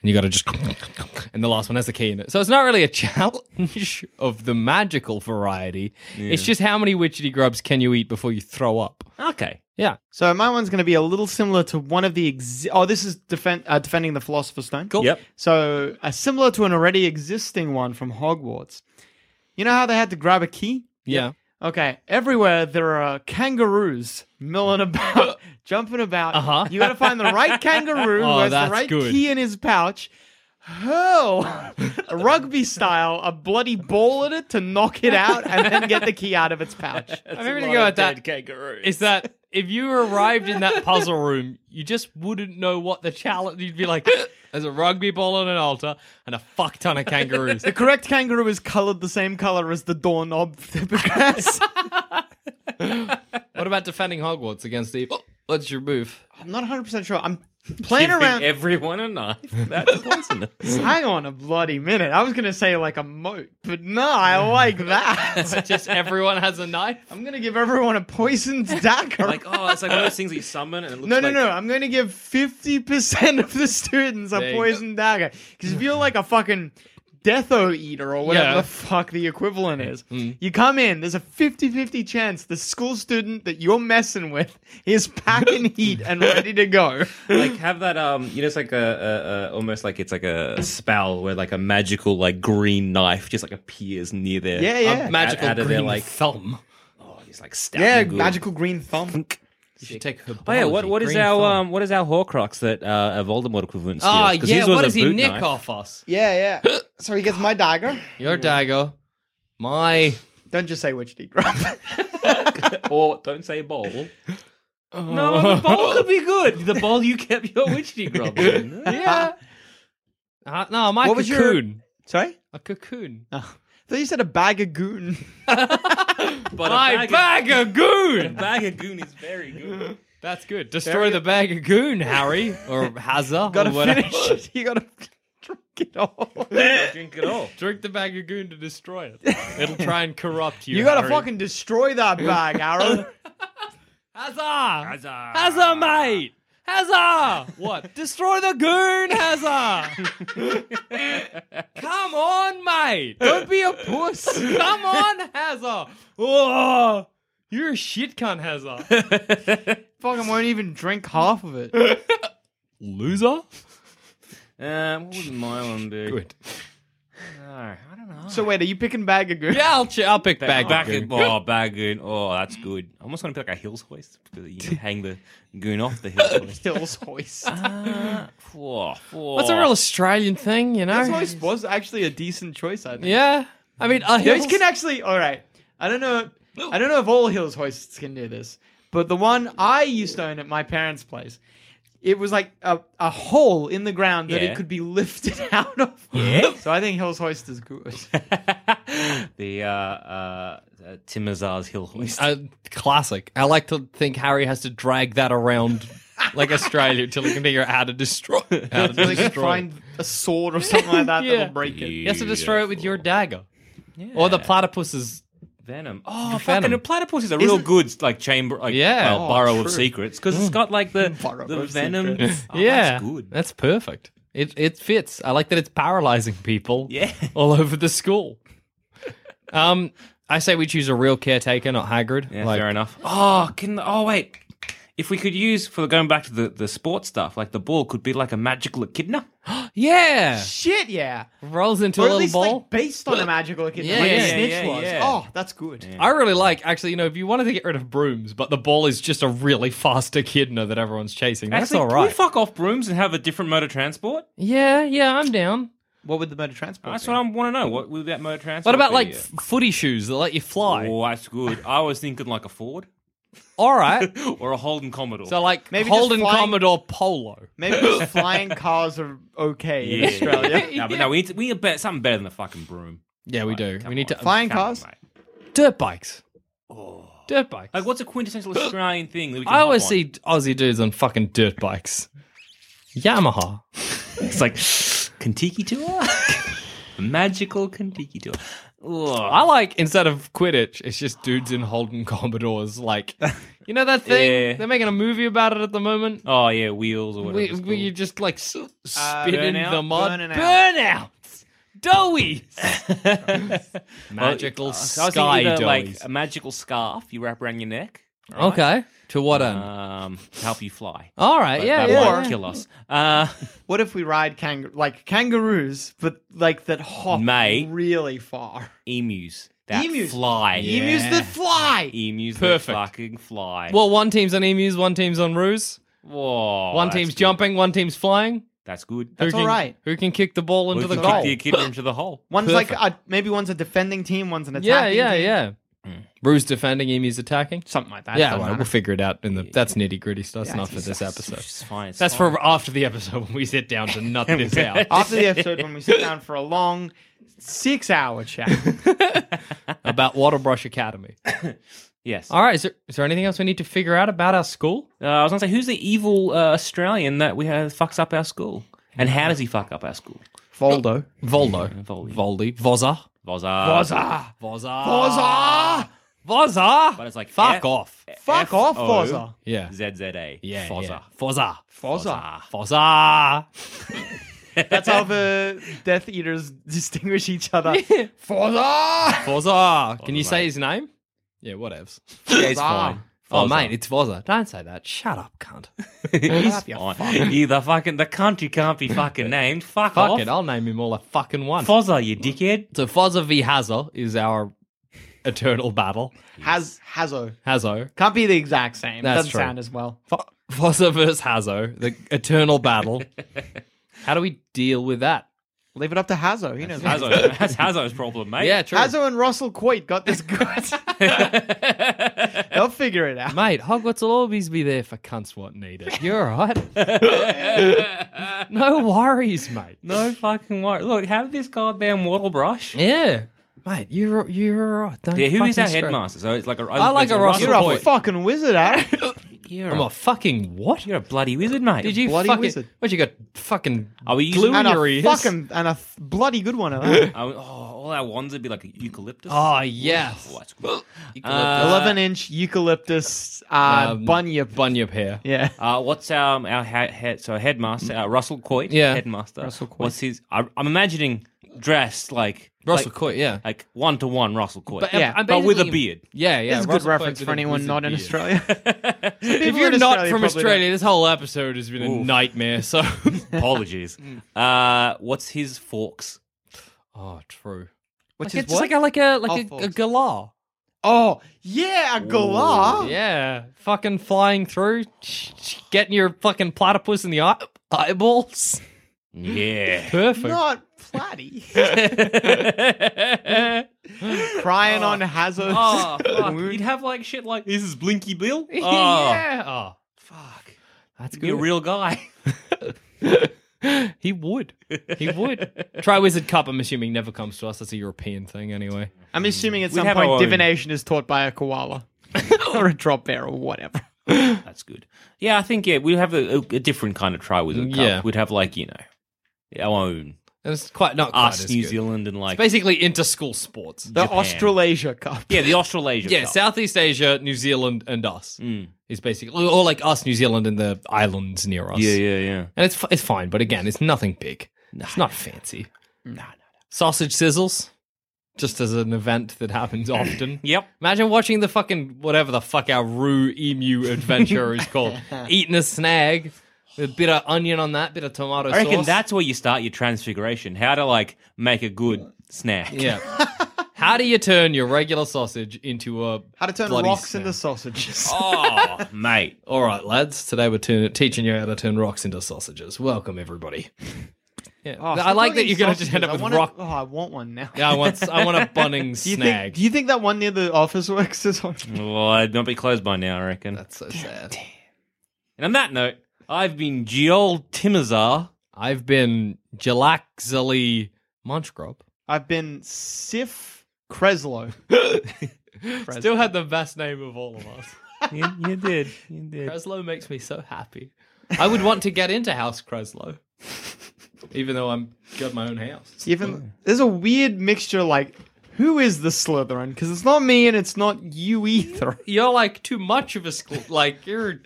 Speaker 4: And you gotta just, and the last one has the key in it. So it's not really a challenge of the magical variety. It's just how many witchetty grubs can you eat before you throw up?
Speaker 1: Okay.
Speaker 4: Yeah.
Speaker 3: So my one's going to be a little similar to one of the exi- oh, this is defend uh, defending the Philosopher's Stone.
Speaker 4: Cool.
Speaker 1: Yep.
Speaker 3: So uh, similar to an already existing one from Hogwarts. You know how they had to grab a key?
Speaker 4: Yeah.
Speaker 3: Okay, everywhere there are kangaroos milling about, jumping about.
Speaker 4: Uh-huh.
Speaker 3: You got to find the right kangaroo
Speaker 4: Oh,
Speaker 3: who has the
Speaker 4: that's
Speaker 3: right
Speaker 4: good.
Speaker 3: key in his pouch. Hurl, rugby style, a bloody ball at it to knock it out and then get the key out of its pouch.
Speaker 4: I remember to go at that.
Speaker 1: kangaroo.
Speaker 4: Is that if you arrived in that puzzle room, you just wouldn't know what the challenge. You'd be like, "There's a rugby ball on an altar and a fuck ton of kangaroos."
Speaker 3: The correct kangaroo is colored the same color as the doorknob to the grass.
Speaker 4: what about defending Hogwarts against the? Oh, what's your move?
Speaker 3: I'm not 100% sure. I'm
Speaker 1: Giving
Speaker 3: playing around.
Speaker 1: everyone a knife. That's poisonous.
Speaker 3: Hang on a bloody minute. I was going to say like a moat, but no, I like that.
Speaker 4: Just everyone has a knife.
Speaker 3: I'm going to give everyone a poisoned dagger.
Speaker 1: like oh, it's like one of those things that you summon and it looks
Speaker 3: no,
Speaker 1: like
Speaker 3: no, no. I'm going to give 50% of the students
Speaker 4: There
Speaker 3: a
Speaker 4: you go.
Speaker 3: poisoned dagger. Because if you're like a fucking Death O eater or whatever
Speaker 4: Yeah.
Speaker 3: the fuck the equivalent is, you come in, there's a 50 50 chance the school student that you're messing with is packing heat and ready to go.
Speaker 1: like have that um you know it's like a, a, a almost like it's like a spell where like a magical like green knife just like appears near there.
Speaker 3: Yeah, yeah.
Speaker 4: A magical
Speaker 1: Out- out of
Speaker 4: green
Speaker 1: there, like-
Speaker 4: thumb.
Speaker 1: Oh, he's like stabbing.
Speaker 3: Yeah,
Speaker 1: good.
Speaker 3: magical green thumb.
Speaker 4: You should take her.
Speaker 1: Oh yeah, what what is our
Speaker 4: thumb.
Speaker 1: um what is our Horcrux that uh, a Voldemort equivalent steals?
Speaker 4: Ah,
Speaker 1: 'Cause
Speaker 4: yeah.
Speaker 1: his was
Speaker 4: What
Speaker 1: a
Speaker 4: does he
Speaker 1: boot
Speaker 4: nick
Speaker 1: knife.
Speaker 4: off us?
Speaker 3: Yeah, yeah. so he gets my dagger.
Speaker 4: Your dagger, my
Speaker 3: Don't just say which deep drop.
Speaker 1: or don't say bowl.
Speaker 4: Oh.
Speaker 1: No, the bowl could be good. The bowl you kept your witchy grub in.
Speaker 4: yeah. Uh, no, my
Speaker 3: What was your-
Speaker 4: cocoon.
Speaker 3: Sorry?
Speaker 4: A cocoon.
Speaker 3: I thought you said a bag of goon.
Speaker 1: But
Speaker 4: My
Speaker 1: a bag,
Speaker 4: bag of goon.
Speaker 1: of, bag of goon is very good.
Speaker 4: That's good. Destroy the bag of goon, Harry or Hazza.
Speaker 3: gotta
Speaker 4: or whatever.
Speaker 3: finish it. You gotta drink it all.
Speaker 1: Don't drink it all.
Speaker 4: Drink the bag of goon to destroy it. It'll try and corrupt you.
Speaker 3: You gotta
Speaker 4: Harry.
Speaker 3: fucking destroy that bag, Arrow.
Speaker 4: Hazza.
Speaker 1: Huzzah.
Speaker 4: Hazza, mate. Hazza. What? Destroy the goon, Hazza. Come on, mate. Don't be a puss. Come on, Hazza. Oh, you're a shit cunt, Hazza.
Speaker 3: fucking won't even drink half of it.
Speaker 4: Loser?
Speaker 1: Um, what would my one be?
Speaker 4: Good.
Speaker 1: No, I don't know.
Speaker 3: So wait, are you picking Bagagoo?
Speaker 4: Yeah, I'll, ch- I'll pick
Speaker 1: Bag,
Speaker 4: back.
Speaker 1: bag, oh, bag goon. Oh, that's good. I almost want to be like a hills hoist because you can hang the goon off the hills hoist.
Speaker 3: Hills Hoist.
Speaker 1: uh, whoa, whoa.
Speaker 4: That's a real Australian thing, you know?
Speaker 3: Hills Hoist was actually a decent choice, I think.
Speaker 4: Yeah. I mean, uh,
Speaker 3: Those
Speaker 4: hills-
Speaker 3: can actually. All right. I don't know. I don't know if all Hills hoists can do this, but the one I used to own at my parents' place, it was like a, a hole in the ground that
Speaker 1: Yeah.
Speaker 3: it could be lifted out of.
Speaker 1: Yeah.
Speaker 3: So I think Hills hoist is good.
Speaker 1: the uh, uh, uh, Timazar's hill hoist.
Speaker 4: Uh, classic. I like to think Harry has to drag that around like Australia till he can figure out how to destroy. How to
Speaker 3: Really can
Speaker 4: destroy.
Speaker 3: find a sword or something like that
Speaker 4: Yeah.
Speaker 3: that'll break it.
Speaker 4: He has to destroy it with your dagger
Speaker 1: Yeah.
Speaker 4: or the platypus's.
Speaker 1: venom. Oh,
Speaker 4: The
Speaker 1: fucking a
Speaker 4: venom.
Speaker 1: platypus is a real
Speaker 3: Isn't-
Speaker 1: good like chamber, like
Speaker 4: Yeah.
Speaker 1: well,
Speaker 4: Oh,
Speaker 1: burrow of
Speaker 3: true.
Speaker 1: secrets because it's got like the
Speaker 3: Burrow
Speaker 1: the
Speaker 3: of
Speaker 1: venom.
Speaker 3: secrets.
Speaker 1: Oh,
Speaker 4: yeah,
Speaker 1: that's good.
Speaker 4: That's perfect. It it fits. I like that it's paralyzing people.
Speaker 1: Yeah.
Speaker 4: all over the school. um, I say we choose a real caretaker, not Hagrid.
Speaker 1: Yeah,
Speaker 4: Like,
Speaker 1: fair enough. Oh, can oh wait. If we could use for going back to the, the sports stuff, like the ball could be like a magical echidna.
Speaker 4: Yeah,
Speaker 3: Shit, yeah.
Speaker 4: rolls into a
Speaker 3: or at
Speaker 4: little
Speaker 3: least
Speaker 4: ball.
Speaker 3: like based on a magical kid,
Speaker 4: Yeah,
Speaker 3: like
Speaker 4: yeah,
Speaker 3: a snitch
Speaker 1: yeah,
Speaker 3: was.
Speaker 1: yeah.
Speaker 3: Oh, that's good.
Speaker 4: I really like actually. You know, if you wanted to get rid of brooms, but the ball is just a really fast echidna that everyone's chasing. That's
Speaker 1: Actually,
Speaker 4: all
Speaker 1: Can we
Speaker 4: right.
Speaker 1: fuck off brooms and have a different mode of transport?
Speaker 4: yeah, yeah, I'm down.
Speaker 3: What would the mode of transport?
Speaker 1: That's
Speaker 3: be?
Speaker 1: what I want to know. What would that mode of transport?
Speaker 4: What about
Speaker 1: be?
Speaker 4: like f- footy shoes that let you fly?
Speaker 1: Oh, that's good. I was thinking like a Ford
Speaker 4: All right.
Speaker 1: or a Holden Commodore.
Speaker 4: So like
Speaker 3: Maybe just
Speaker 4: Holden
Speaker 3: flying-
Speaker 4: Commodore Polo.
Speaker 3: Maybe just flying cars are okay in
Speaker 1: Yeah.
Speaker 3: Australia.
Speaker 1: no, but no, we need to, we need a bet- something better than a fucking broom.
Speaker 4: Yeah, we do.
Speaker 1: Come
Speaker 4: We need
Speaker 1: on.
Speaker 4: to
Speaker 3: Flying
Speaker 1: Come on,
Speaker 3: cars?
Speaker 1: mate.
Speaker 4: dirt bikes. Dirt bikes.
Speaker 1: Oh. Like, what's a quintessential Australian thing that we can
Speaker 4: I
Speaker 1: hop
Speaker 4: always
Speaker 1: on?
Speaker 4: see Aussie dudes on fucking dirt bikes. Yamaha.
Speaker 1: It's like Kentucky tour, magical Kentucky tour.
Speaker 4: I like instead of Quidditch, it's just dudes in Holden Commodores. Like, you know that thing?
Speaker 1: Yeah.
Speaker 4: They're making a movie about it at the moment.
Speaker 1: Oh yeah, wheels or whatever.
Speaker 4: We,
Speaker 1: it's
Speaker 4: we you
Speaker 1: called. Uh,
Speaker 4: just like s- spin in
Speaker 1: burnout?
Speaker 4: the mud.
Speaker 3: Burnout.
Speaker 4: Burnouts, doughies, magical
Speaker 1: Magical
Speaker 4: sky doughies.
Speaker 1: like a magical scarf you wrap around your neck. right?
Speaker 4: okay, to what end?
Speaker 1: Um, to help you fly.
Speaker 4: All right,
Speaker 1: But
Speaker 4: yeah,
Speaker 1: that
Speaker 4: yeah.
Speaker 1: won't
Speaker 4: yeah.
Speaker 1: kill us. Uh,
Speaker 3: What if we ride kang- like kangaroos, but like that hop
Speaker 1: Mate.
Speaker 3: really far?
Speaker 1: emus that
Speaker 3: Emus.
Speaker 1: fly.
Speaker 3: Emus that fly.
Speaker 1: Emus
Speaker 4: Perfect.
Speaker 1: that fucking fly.
Speaker 4: Well, one team's on emus, one team's on roos.
Speaker 1: Whoa, Oh,
Speaker 4: One
Speaker 1: that's
Speaker 4: team's
Speaker 1: good.
Speaker 4: jumping, one team's flying.
Speaker 1: That's good.
Speaker 3: That's
Speaker 4: who
Speaker 3: all
Speaker 4: can,
Speaker 3: right.
Speaker 4: Who can kick the ball
Speaker 1: Well,
Speaker 4: into
Speaker 1: you
Speaker 4: the
Speaker 1: kick
Speaker 4: goal?
Speaker 1: the echidna into the hole.
Speaker 3: One's like
Speaker 4: Perfect.
Speaker 3: a, maybe one's a defending team, one's an attacking.
Speaker 4: yeah, yeah,
Speaker 3: team.
Speaker 4: yeah. Roos Hmm. defending, emus attacking.
Speaker 3: something like that.
Speaker 4: yeah,
Speaker 3: Doesn't
Speaker 4: well,
Speaker 3: matter.
Speaker 4: we'll figure it out in the. That's nitty gritty stuff. That's
Speaker 3: Yeah,
Speaker 4: not for
Speaker 3: it's-
Speaker 4: this episode.
Speaker 1: It's fine. it's
Speaker 4: That's
Speaker 1: fine.
Speaker 4: for after the episode when we sit down to nut this out.
Speaker 3: After the episode, when we sit down for a long six-hour chat,
Speaker 4: about Waterbrush Academy.
Speaker 1: yes.
Speaker 4: All right, is there, is there anything else we need to figure out about our school?
Speaker 1: Uh, I was gonna say, who's the evil uh, Australian that we have fucks up our school, and how does he fuck up our school?
Speaker 3: Voldo.
Speaker 4: Voldo.
Speaker 1: Voldy.
Speaker 4: Voldy. Voza.
Speaker 1: Voza.
Speaker 3: Voza.
Speaker 4: Voza.
Speaker 3: Voza.
Speaker 4: Voza.
Speaker 1: But it's like
Speaker 4: fuck
Speaker 1: F-
Speaker 4: off.
Speaker 3: Fuck off, Voza.
Speaker 4: Yeah.
Speaker 1: ZZA.
Speaker 4: Yeah.
Speaker 1: Voza.
Speaker 4: yeah. Voza.
Speaker 3: Voza.
Speaker 4: Voza.
Speaker 3: That's how the Death Eaters distinguish each other. Voza.
Speaker 4: Voza. Can you say
Speaker 1: mate.
Speaker 4: his name? Yeah, whatevs.
Speaker 1: Yeah, it's
Speaker 3: Voza.
Speaker 1: fine.
Speaker 4: Oh,
Speaker 1: Voza.
Speaker 4: mate, it's Voza. Don't say that. Shut up, cunt.
Speaker 1: it's
Speaker 3: Shut
Speaker 1: fine.
Speaker 3: up,
Speaker 1: Either fucking the country can't be fucking named. Fuck,
Speaker 4: Fuck
Speaker 1: off.
Speaker 4: it. I'll name him all I fucking want.
Speaker 1: Foza, you dickhead.
Speaker 4: So Fozza v Hazza is our eternal battle.
Speaker 3: Has Hazo.
Speaker 4: Hazzo.
Speaker 3: Can't be the exact same.
Speaker 4: That's
Speaker 3: Doesn't
Speaker 4: true.
Speaker 3: sound as well.
Speaker 4: Fo- Fozza versus Hazzo, the eternal battle. How do we deal with that?
Speaker 3: Leave it up to Hazo. He knows. what he's
Speaker 1: Hazo, that's Hazo's problem, mate.
Speaker 4: Yeah, true.
Speaker 3: Hazo and Russell Coit got this good. They'll figure it out.
Speaker 4: Mate, Hogwarts will always be there for cunts what need it. You're all right. no worries, mate.
Speaker 1: No fucking worry. Look, have this goddamn wattle brush.
Speaker 4: Yeah. Mate, you're you're all right. Don't
Speaker 1: Yeah, who is
Speaker 4: fucking
Speaker 1: our
Speaker 4: stress.
Speaker 1: headmaster? So it's like a.
Speaker 4: I like
Speaker 1: it's
Speaker 4: a Russell
Speaker 3: You're
Speaker 1: Russell-
Speaker 3: a
Speaker 4: Coit.
Speaker 3: fucking wizard, Aaron.
Speaker 1: You're
Speaker 4: I'm a
Speaker 1: a,
Speaker 4: fucking what?
Speaker 1: you're a bloody wizard, Oh, mate.
Speaker 4: Did you
Speaker 3: bloody
Speaker 4: fucking
Speaker 3: wizard.
Speaker 4: what you got fucking
Speaker 1: Are we using
Speaker 4: glue in
Speaker 3: and
Speaker 4: your
Speaker 3: a
Speaker 4: ears?
Speaker 3: fucking and a th- bloody good one of that.
Speaker 1: I, oh, all our wands would be like eucalyptus.
Speaker 4: Oh yes. Uh,
Speaker 1: Oh, that's cool.
Speaker 4: Eucalyptus.
Speaker 3: Eleven inch eucalyptus uh,
Speaker 4: Um,
Speaker 3: bunyip.
Speaker 4: Bunyub hair.
Speaker 3: yeah,
Speaker 1: Uh, what's um, our head, head so headmaster uh, Russell Coit?
Speaker 4: Yeah.
Speaker 1: headmaster.
Speaker 3: Russell Coit.
Speaker 1: What's his? I, I'm imagining dressed like
Speaker 4: Russell
Speaker 1: Like-
Speaker 4: Coy, yeah.
Speaker 1: like one to one Russell Coy,
Speaker 4: But,
Speaker 1: but,
Speaker 3: Yeah.
Speaker 4: I'm
Speaker 1: with a
Speaker 4: basically-
Speaker 1: beard.
Speaker 4: Yeah, yeah.
Speaker 3: It's a good
Speaker 4: Russell Coy
Speaker 3: reference
Speaker 4: did
Speaker 3: for
Speaker 4: it
Speaker 3: anyone
Speaker 4: with
Speaker 3: not in
Speaker 4: beard.
Speaker 3: Australia.
Speaker 4: If
Speaker 3: People
Speaker 4: you're
Speaker 3: in
Speaker 4: not from
Speaker 3: Australia probably don't.
Speaker 4: Australia, this whole episode has been a
Speaker 1: Oof.
Speaker 4: nightmare. So,
Speaker 1: Apologies.
Speaker 4: Mm.
Speaker 1: uh, what's his forks?
Speaker 4: oh, true.
Speaker 3: Which
Speaker 4: like
Speaker 3: is
Speaker 4: it's
Speaker 3: what?
Speaker 4: like a like a
Speaker 3: Oh,
Speaker 4: like a, a
Speaker 3: forks.
Speaker 4: galah.
Speaker 3: oh, yeah, a galah.
Speaker 4: Yeah, fucking flying through, getting your fucking platypus in the eye- eyeballs.
Speaker 1: Yeah.
Speaker 4: Perfect.
Speaker 3: Not platy.
Speaker 1: oh,
Speaker 3: Crying
Speaker 4: Oh.
Speaker 3: on hazards.
Speaker 1: fuck. You'd have like shit like this is Blinky Bill. Oh,
Speaker 4: yeah. Oh,
Speaker 1: fuck.
Speaker 4: that's
Speaker 1: Be a
Speaker 4: good.
Speaker 1: real guy.
Speaker 4: he would. He would. Try Wizard Cup. I'm assuming never comes to us. That's a European thing, anyway.
Speaker 3: I'm assuming at
Speaker 1: We'd
Speaker 3: some
Speaker 1: have our
Speaker 3: point
Speaker 1: own.
Speaker 3: divination is taught by a koala or a drop bear or whatever.
Speaker 1: That's good. Yeah, I think yeah, we'd have a, a, a different kind of try with a cup.
Speaker 4: Mm, Yeah.
Speaker 1: We'd have like you know our own
Speaker 4: And it's quite not quite
Speaker 1: us
Speaker 4: as
Speaker 1: New
Speaker 4: good.
Speaker 1: Zealand and like
Speaker 4: Basically, inter-school sports.
Speaker 3: The
Speaker 1: Japan.
Speaker 3: Australasia Cup.
Speaker 1: yeah the Australasia.
Speaker 4: Yeah,
Speaker 1: Cup.
Speaker 4: Southeast Asia, New Zealand, and us
Speaker 1: Mm.
Speaker 4: is basically, or like us, New Zealand, and the islands near us.
Speaker 1: Yeah, yeah, yeah.
Speaker 4: and it's fi- it's fine, but again, it's nothing big. It's not fancy.
Speaker 3: No, no.
Speaker 4: Sausage sizzles, just as an event that happens often.
Speaker 1: Yep.
Speaker 4: Imagine watching the fucking whatever the fuck our Roo Emu adventure is called, eating a snag, with a bit of onion on that, bit of tomato
Speaker 1: I reckon
Speaker 4: sauce.
Speaker 1: that's where you start your transfiguration. How to like make a good snack.
Speaker 4: yeah. How do you turn your regular sausage into a
Speaker 3: How to turn
Speaker 4: Bloody
Speaker 3: rocks into
Speaker 4: snake.
Speaker 3: sausages.
Speaker 1: Oh, mate.
Speaker 4: All right, lads. Today we're turn- teaching you how to turn rocks into sausages. Welcome, everybody. Yeah,
Speaker 3: Oh,
Speaker 4: I
Speaker 3: stop
Speaker 4: like that
Speaker 3: talking
Speaker 4: you're going to just end
Speaker 3: sausages.
Speaker 4: up
Speaker 3: I
Speaker 4: with
Speaker 3: wanna-
Speaker 4: rock.
Speaker 3: Oh, I want one now.
Speaker 4: Yeah, I want. I want a bunning
Speaker 3: Do you
Speaker 4: snag.
Speaker 3: think? Do you think that one near the office works is on?
Speaker 1: Well, I'd not be closed by now, I reckon.
Speaker 4: That's so sad.
Speaker 1: And on that note, I've been Joel Timazar.
Speaker 4: I've been Jalaxily Munchgrub.
Speaker 3: I've been Sif Creslow.
Speaker 4: Still had the best name of all of us.
Speaker 1: you, you did. You did.
Speaker 4: Creslow makes me so happy. I would want to get into House Creslow, even though I'm got my own house.
Speaker 3: Even there's a weird mixture. Like, who is the Slytherin? Because it's not me and it's not you either.
Speaker 4: You're like too much of a school. Like you're.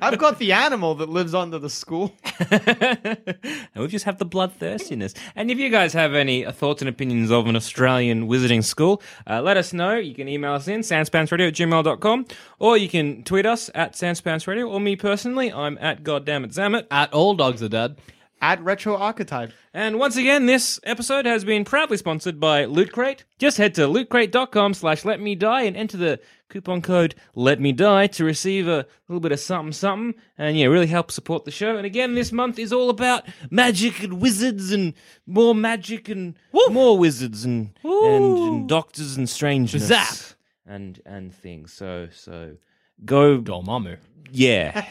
Speaker 3: I've got the animal that lives under the school.
Speaker 1: and we just have the bloodthirstiness. And if you guys have any thoughts and opinions of an Australian wizarding school, uh, let us know. You can email us in, sanspantsradio at gmail.com, or you can tweet us at sanspantsradio, or me personally, I'm at goddammitzamit.
Speaker 4: At all dogs are dead.
Speaker 3: At Retro Archetype.
Speaker 1: And once again, this episode has been proudly sponsored by Loot Crate. Just head to lootcrate.com slash let me die and enter the coupon code let me die to receive a little bit of something something and yeah, really help support the show. And again, this month is all about magic and wizards and more magic and more wizards and, and and doctors and strangeness
Speaker 4: Zap.
Speaker 1: and and things. So so go
Speaker 4: Dormammu.
Speaker 1: yeah.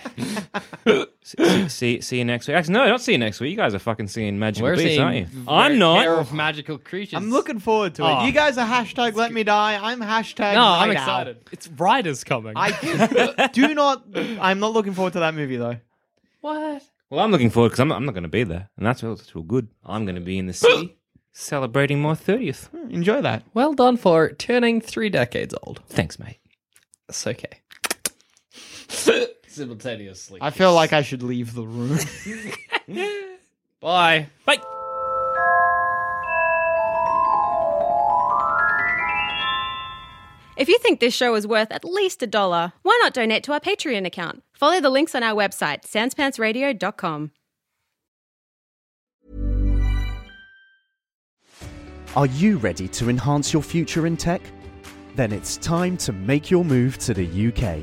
Speaker 1: see, see, see you next week. Actually, no, not see you next week. You guys are fucking seeing Magical
Speaker 4: We're
Speaker 1: Beasts,
Speaker 4: seeing
Speaker 1: aren't you?
Speaker 4: v-
Speaker 1: I'm not.
Speaker 4: pair of magical creatures.
Speaker 3: I'm looking forward to it.
Speaker 4: Aw.
Speaker 3: You guys are hashtag Let Me Die. I'm hashtag.
Speaker 4: Ah. No, I'm
Speaker 3: Night Owl.
Speaker 4: excited. It's Riders coming.
Speaker 3: I do not. I'm not looking forward to that movie though.
Speaker 4: what?
Speaker 1: Well, I'm looking forward because I'm, I'm not going to be there, and that's all. That's real good. I'm going to be in the city celebrating my thirtieth.
Speaker 3: Enjoy that.
Speaker 4: Well done for turning three decades old.
Speaker 1: Thanks, mate.
Speaker 4: That's okay. Simultaneously.
Speaker 3: I feel like I should leave the room.
Speaker 4: Bye.
Speaker 1: Bye.
Speaker 5: If you think this show is worth at least a dollar, why not donate to our Patreon account? Follow the links on our website, sanspantsradio.com.
Speaker 2: Are you ready to enhance your future in tech? Then it's time to make your move to the UK,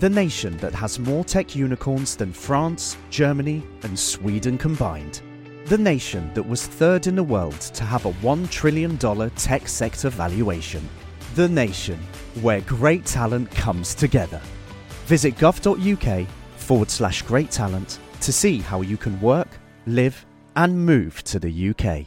Speaker 2: the nation that has more tech unicorns than France, Germany, and Sweden combined. The nation that was third in the world to have a $1 trillion tech sector valuation. The nation where great talent comes together. Visit gov.uk forward slash great talent to see how you can work, live, and move to the UK.